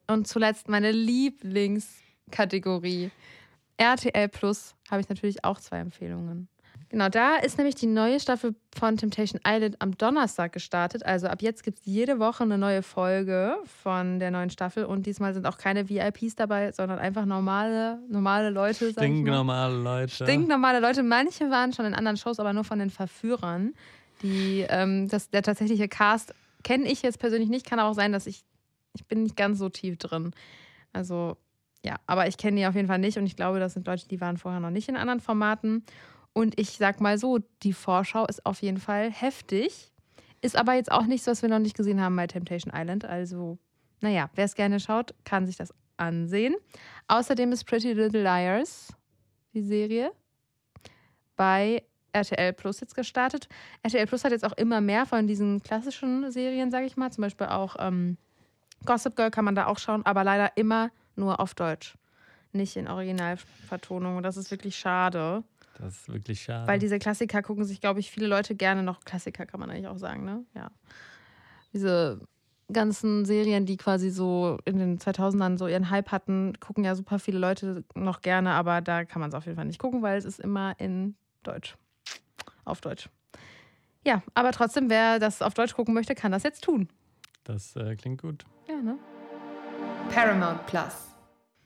Speaker 2: Und zuletzt meine Lieblingskategorie. RTL Plus habe ich natürlich auch zwei Empfehlungen. Genau, da ist nämlich die neue Staffel von Temptation Island am Donnerstag gestartet. Also ab jetzt gibt es jede Woche eine neue Folge von der neuen Staffel. Und diesmal sind auch keine VIPs dabei, sondern einfach normale, normale Leute. sag ich mal.
Speaker 1: Stinknormale Leute.
Speaker 2: Stinknormale Leute. Manche waren schon in anderen Shows, aber nur von den Verführern. Die, ähm, das, der tatsächliche Cast kenne ich jetzt persönlich nicht. Kann aber auch sein, dass ich, ich bin nicht ganz so tief drin. Also ja, aber ich kenne die auf jeden Fall nicht und ich glaube, das sind Leute, die waren vorher noch nicht in anderen Formaten. Und ich sag mal so, die Vorschau ist auf jeden Fall heftig. Ist aber jetzt auch nichts, was wir noch nicht gesehen haben bei Temptation Island. Also, naja, wer es gerne schaut, kann sich das ansehen. Außerdem ist Pretty Little Liars, die Serie, bei RTL Plus jetzt gestartet. RTL Plus hat jetzt auch immer mehr von diesen klassischen Serien, sage ich mal. Zum Beispiel auch ähm, Gossip Girl kann man da auch schauen, aber leider immer nur auf Deutsch. Nicht in Originalvertonung. Und Das ist wirklich schade.
Speaker 1: Das ist wirklich schade.
Speaker 2: Weil diese Klassiker gucken sich, glaube ich, viele Leute gerne noch. Klassiker kann man eigentlich auch sagen, ne? Ja. Diese ganzen Serien, die quasi so in den 2000ern so ihren Hype hatten, gucken ja super viele Leute noch gerne, aber da kann man es auf jeden Fall nicht gucken, weil es ist immer in Deutsch. Auf Deutsch. Ja, aber trotzdem, wer das auf Deutsch gucken möchte, kann das jetzt tun.
Speaker 1: das äh, klingt gut.
Speaker 2: Ja, ne?
Speaker 3: Paramount Plus.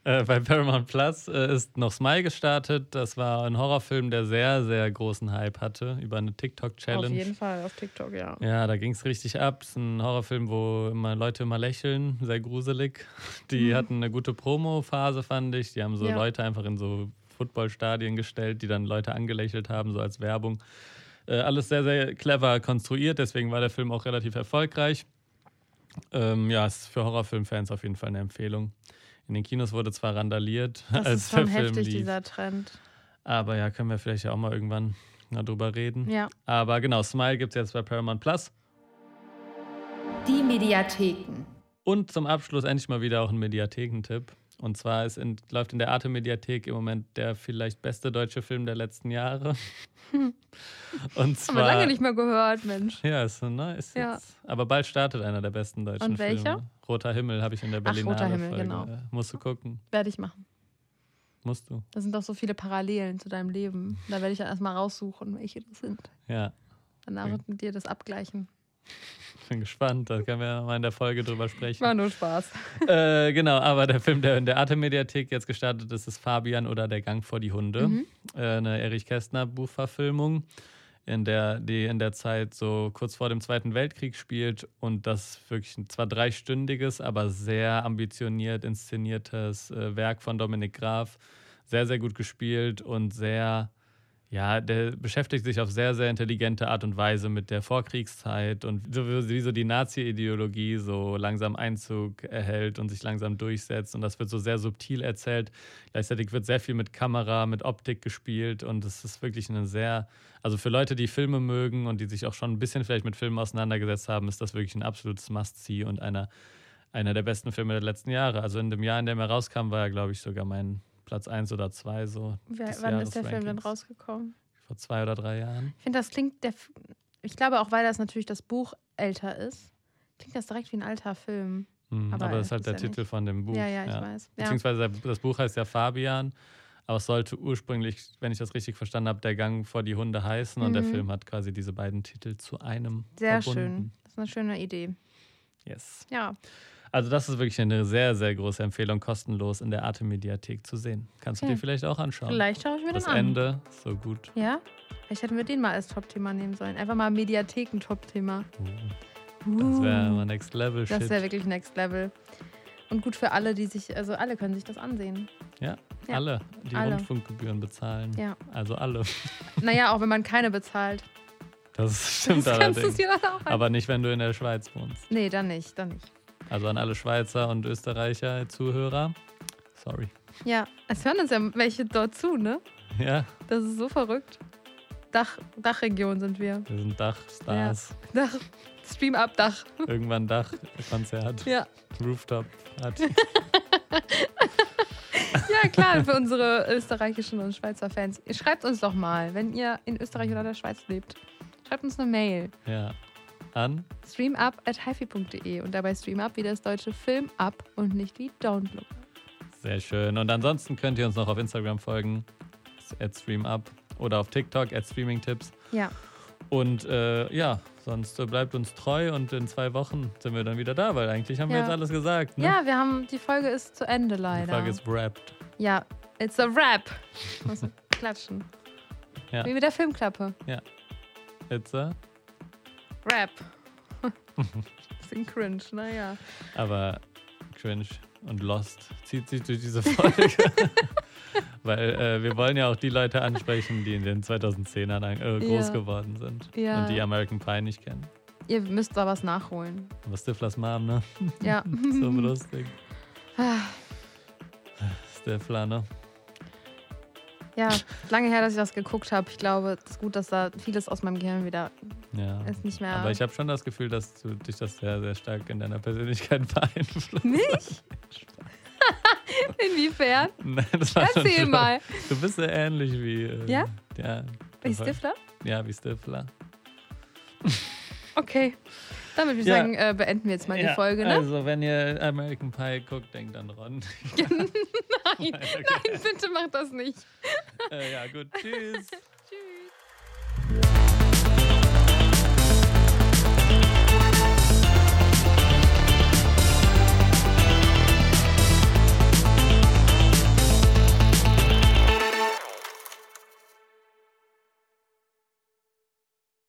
Speaker 1: Äh, bei Paramount Plus äh, ist noch Smile gestartet. Das war ein Horrorfilm, der sehr, sehr großen Hype hatte über eine
Speaker 2: Auf
Speaker 1: TikTok-Challenge.
Speaker 2: jeden Fall, auf TikTok, ja.
Speaker 1: Ja, da ging es richtig ab. Es ist ein Horrorfilm, wo immer Leute immer lächeln, sehr gruselig. Die hatten eine gute Promo-Phase, fand ich. Die haben so
Speaker 2: Mhm. Ja.
Speaker 1: Leute einfach in so Footballstadien gestellt, die dann Leute angelächelt haben, so als Werbung. Äh, alles sehr, sehr clever konstruiert, deswegen war der Film auch relativ erfolgreich. Ähm, ja, ist für Horrorfilmfans auf jeden Fall eine Empfehlung. In den Kinos wurde zwar randaliert,
Speaker 2: Das
Speaker 1: als
Speaker 2: ist schon
Speaker 1: der Film
Speaker 2: heftig,
Speaker 1: lief.
Speaker 2: dieser Trend.
Speaker 1: Aber ja, können wir vielleicht ja auch mal irgendwann mal drüber reden.
Speaker 2: Ja.
Speaker 1: Aber genau, Smile gibt es jetzt bei Paramount Plus.
Speaker 3: Die Mediatheken.
Speaker 1: Und zum Abschluss endlich mal wieder auch ein Mediathekentipp. Und zwar ist in, läuft in der Arte Mediathek im Moment der vielleicht beste deutsche Film der letzten Jahre. Und
Speaker 2: Haben wir
Speaker 1: zwar.
Speaker 2: lange nicht mehr gehört, Mensch.
Speaker 1: ja, ist so nice.
Speaker 2: Ja.
Speaker 1: Jetzt. Aber bald startet einer der besten deutschen
Speaker 2: Und welcher?
Speaker 1: Filme. Roter Himmel habe ich in der Berlinale
Speaker 2: Roter Himmel,
Speaker 1: Folge.
Speaker 2: genau.
Speaker 1: Äh, Musst du gucken.
Speaker 2: Werde ich machen.
Speaker 1: Musst du.
Speaker 2: Da sind doch so viele Parallelen zu deinem Leben. Da werde ich ja erstmal raussuchen, welche das sind.
Speaker 1: Ja.
Speaker 2: Danach
Speaker 1: Okay.
Speaker 2: mit dir das abgleichen.
Speaker 1: Bin gespannt. Da können wir mal in der Folge drüber sprechen.
Speaker 2: War nur Spaß.
Speaker 1: äh, genau, aber der Film, der in der Arte-Mediathek jetzt gestartet ist, ist Fabian oder Der Gang vor die Hunde. Äh, eine Erich Kästner-Buchverfilmung, in der, die in der Zeit so kurz vor dem Zweiten Weltkrieg spielt und das wirklich ein zwar dreistündiges, aber sehr ambitioniert inszeniertes äh, Werk von Dominik Graf. Sehr, sehr gut gespielt und sehr. Ja, der beschäftigt sich auf sehr, sehr intelligente Art und Weise mit der Vorkriegszeit und so wie wie so die Nazi-Ideologie so langsam Einzug erhält und sich langsam durchsetzt. Und das wird so sehr subtil erzählt. Gleichzeitig wird sehr viel mit Kamera, mit Optik gespielt und es ist wirklich eine sehr, also für Leute, die Filme mögen und die sich auch schon ein bisschen vielleicht mit Filmen auseinandergesetzt haben, ist das wirklich ein absolutes Must-See und einer, einer der besten Filme der letzten Jahre. Also in dem Jahr, in dem er rauskam, war er, glaube ich, sogar mein Platz 1 oder 2 so.
Speaker 2: Wer,
Speaker 1: des
Speaker 2: wann ist der Film denn
Speaker 1: Jahresrankings
Speaker 2: rausgekommen?
Speaker 1: vor zwei oder drei Jahren.
Speaker 2: Ich finde, das klingt. Der, F- ich glaube auch, weil das natürlich das Buch älter ist, klingt das direkt wie ein alter Film.
Speaker 1: Mhm,
Speaker 2: Aber
Speaker 1: aber, das
Speaker 2: es
Speaker 1: ist halt
Speaker 2: ist
Speaker 1: der
Speaker 2: ja
Speaker 1: Titel
Speaker 2: nicht-
Speaker 1: von dem Buch.
Speaker 2: ja, ja, ich weiß. Ja.
Speaker 1: Beziehungsweise der- das Buch heißt ja Fabian, aber es sollte ursprünglich, wenn ich das richtig verstanden habe, der Gang vor die Hunde heißen und der
Speaker 2: Mhm.
Speaker 1: Film hat quasi diese beiden Titel zu einem
Speaker 2: Sehr
Speaker 1: verbunden.
Speaker 2: schön. Das ist eine schöne Idee.
Speaker 1: schön. Yes.
Speaker 2: Ja.
Speaker 1: Also das ist wirklich eine sehr, sehr große Empfehlung, kostenlos in der Arte Mediathek zu sehen. Kannst du
Speaker 2: Ja.
Speaker 1: dir vielleicht auch anschauen.
Speaker 2: Vielleicht schaue ich mir
Speaker 1: das
Speaker 2: den an.
Speaker 1: Ende, so gut.
Speaker 2: Ja? Vielleicht hätten wir den mal als Top-Thema nehmen sollen. Einfach mal Mediatheken-Top-Thema.
Speaker 1: Das wäre
Speaker 2: Uh.
Speaker 1: mal Next Level Shit.
Speaker 2: Das wäre wirklich Next Level. Und gut für alle, die sich, also alle können sich das ansehen.
Speaker 1: ja,
Speaker 2: ja.
Speaker 1: alle, die
Speaker 2: Alle.
Speaker 1: Rundfunkgebühren bezahlen.
Speaker 2: Ja.
Speaker 1: Also alle.
Speaker 2: Naja, auch wenn man keine bezahlt.
Speaker 1: Das stimmt
Speaker 2: das kannst du
Speaker 1: allerdings.
Speaker 2: dir dann auch an.
Speaker 1: Aber nicht, wenn du in der Schweiz wohnst.
Speaker 2: Nee, dann nicht, dann nicht.
Speaker 1: Also an alle Schweizer und Österreicher Zuhörer. Sorry.
Speaker 2: Ja, es hören uns ja welche dort zu, ne?
Speaker 1: Ja,
Speaker 2: Das ist so verrückt. Dach, Dachregion sind wir.
Speaker 1: wir sind Dachstars.
Speaker 2: Dach, Stream up Dach.
Speaker 1: Irgendwann Dachkonzert.
Speaker 2: Ja.
Speaker 1: Rooftop Party.
Speaker 2: Ja, klar, für unsere österreichischen und Schweizer Fans. Ihr Schreibt uns doch mal, wenn ihr in Österreich oder der Schweiz lebt. Schreibt uns eine Mail.
Speaker 1: Ja. An.
Speaker 2: Streamup at hifi.de und dabei Streamup wie das deutsche Film up und nicht wie Download.
Speaker 1: Sehr schön. Und ansonsten könnt ihr uns noch auf Instagram folgen. At StreamUp. oder auf TikTok, at Streaming-Tipps.
Speaker 2: Ja.
Speaker 1: Und äh, ja, sonst äh, bleibt uns treu und in zwei Wochen sind wir dann wieder da, weil eigentlich haben wir
Speaker 2: Ja.
Speaker 1: jetzt alles gesagt. Ne?
Speaker 2: Ja, wir haben, die Folge ist zu Ende leider.
Speaker 1: Die Frage ist wrapped.
Speaker 2: ja, it's a wrap. Muss klatschen.
Speaker 1: Ja.
Speaker 2: Wie mit der Filmklappe.
Speaker 1: It's a,
Speaker 2: Rap. Bisschen cringe, naja.
Speaker 1: aber cringe und lost zieht sich durch diese Folge. weil äh, wir wollen ja auch die Leute ansprechen, die in den 2010ern an- äh, groß
Speaker 2: Ja.
Speaker 1: geworden sind
Speaker 2: Ja.
Speaker 1: und die American Pie nicht kennen.
Speaker 2: Ihr müsst da was nachholen.
Speaker 1: Aber Stiflas Mom, ne?
Speaker 2: Ja.
Speaker 1: So lustig.
Speaker 2: Ah.
Speaker 1: Stifler, ne?
Speaker 2: ja, lange her, dass ich das geguckt habe. Ich glaube, es ist gut, dass da vieles aus meinem Gehirn wieder
Speaker 1: Ja.
Speaker 2: ist nicht mehr.
Speaker 1: Aber ich habe schon das Gefühl, dass du dich das sehr, sehr stark in deiner Persönlichkeit beeinflusst.
Speaker 2: Mich? Inwiefern?
Speaker 1: Nein, das war schon
Speaker 2: Erzähl
Speaker 1: schlimm.
Speaker 2: mal.
Speaker 1: Du bist so ähnlich wie. Äh,
Speaker 2: Ja?
Speaker 1: Ja.
Speaker 2: Bin ich Stifler?
Speaker 1: Ja, wie Stifler.
Speaker 2: Okay. Damit würde ich
Speaker 1: Ja.
Speaker 2: sagen, äh, beenden wir jetzt mal
Speaker 1: ja,
Speaker 2: die Folge, ne?
Speaker 1: Also, wenn ihr American Pie guckt, denkt an Ron.
Speaker 2: nein, nein, bitte macht das nicht.
Speaker 1: äh, ja, gut. Tschüss.
Speaker 2: Tschüss.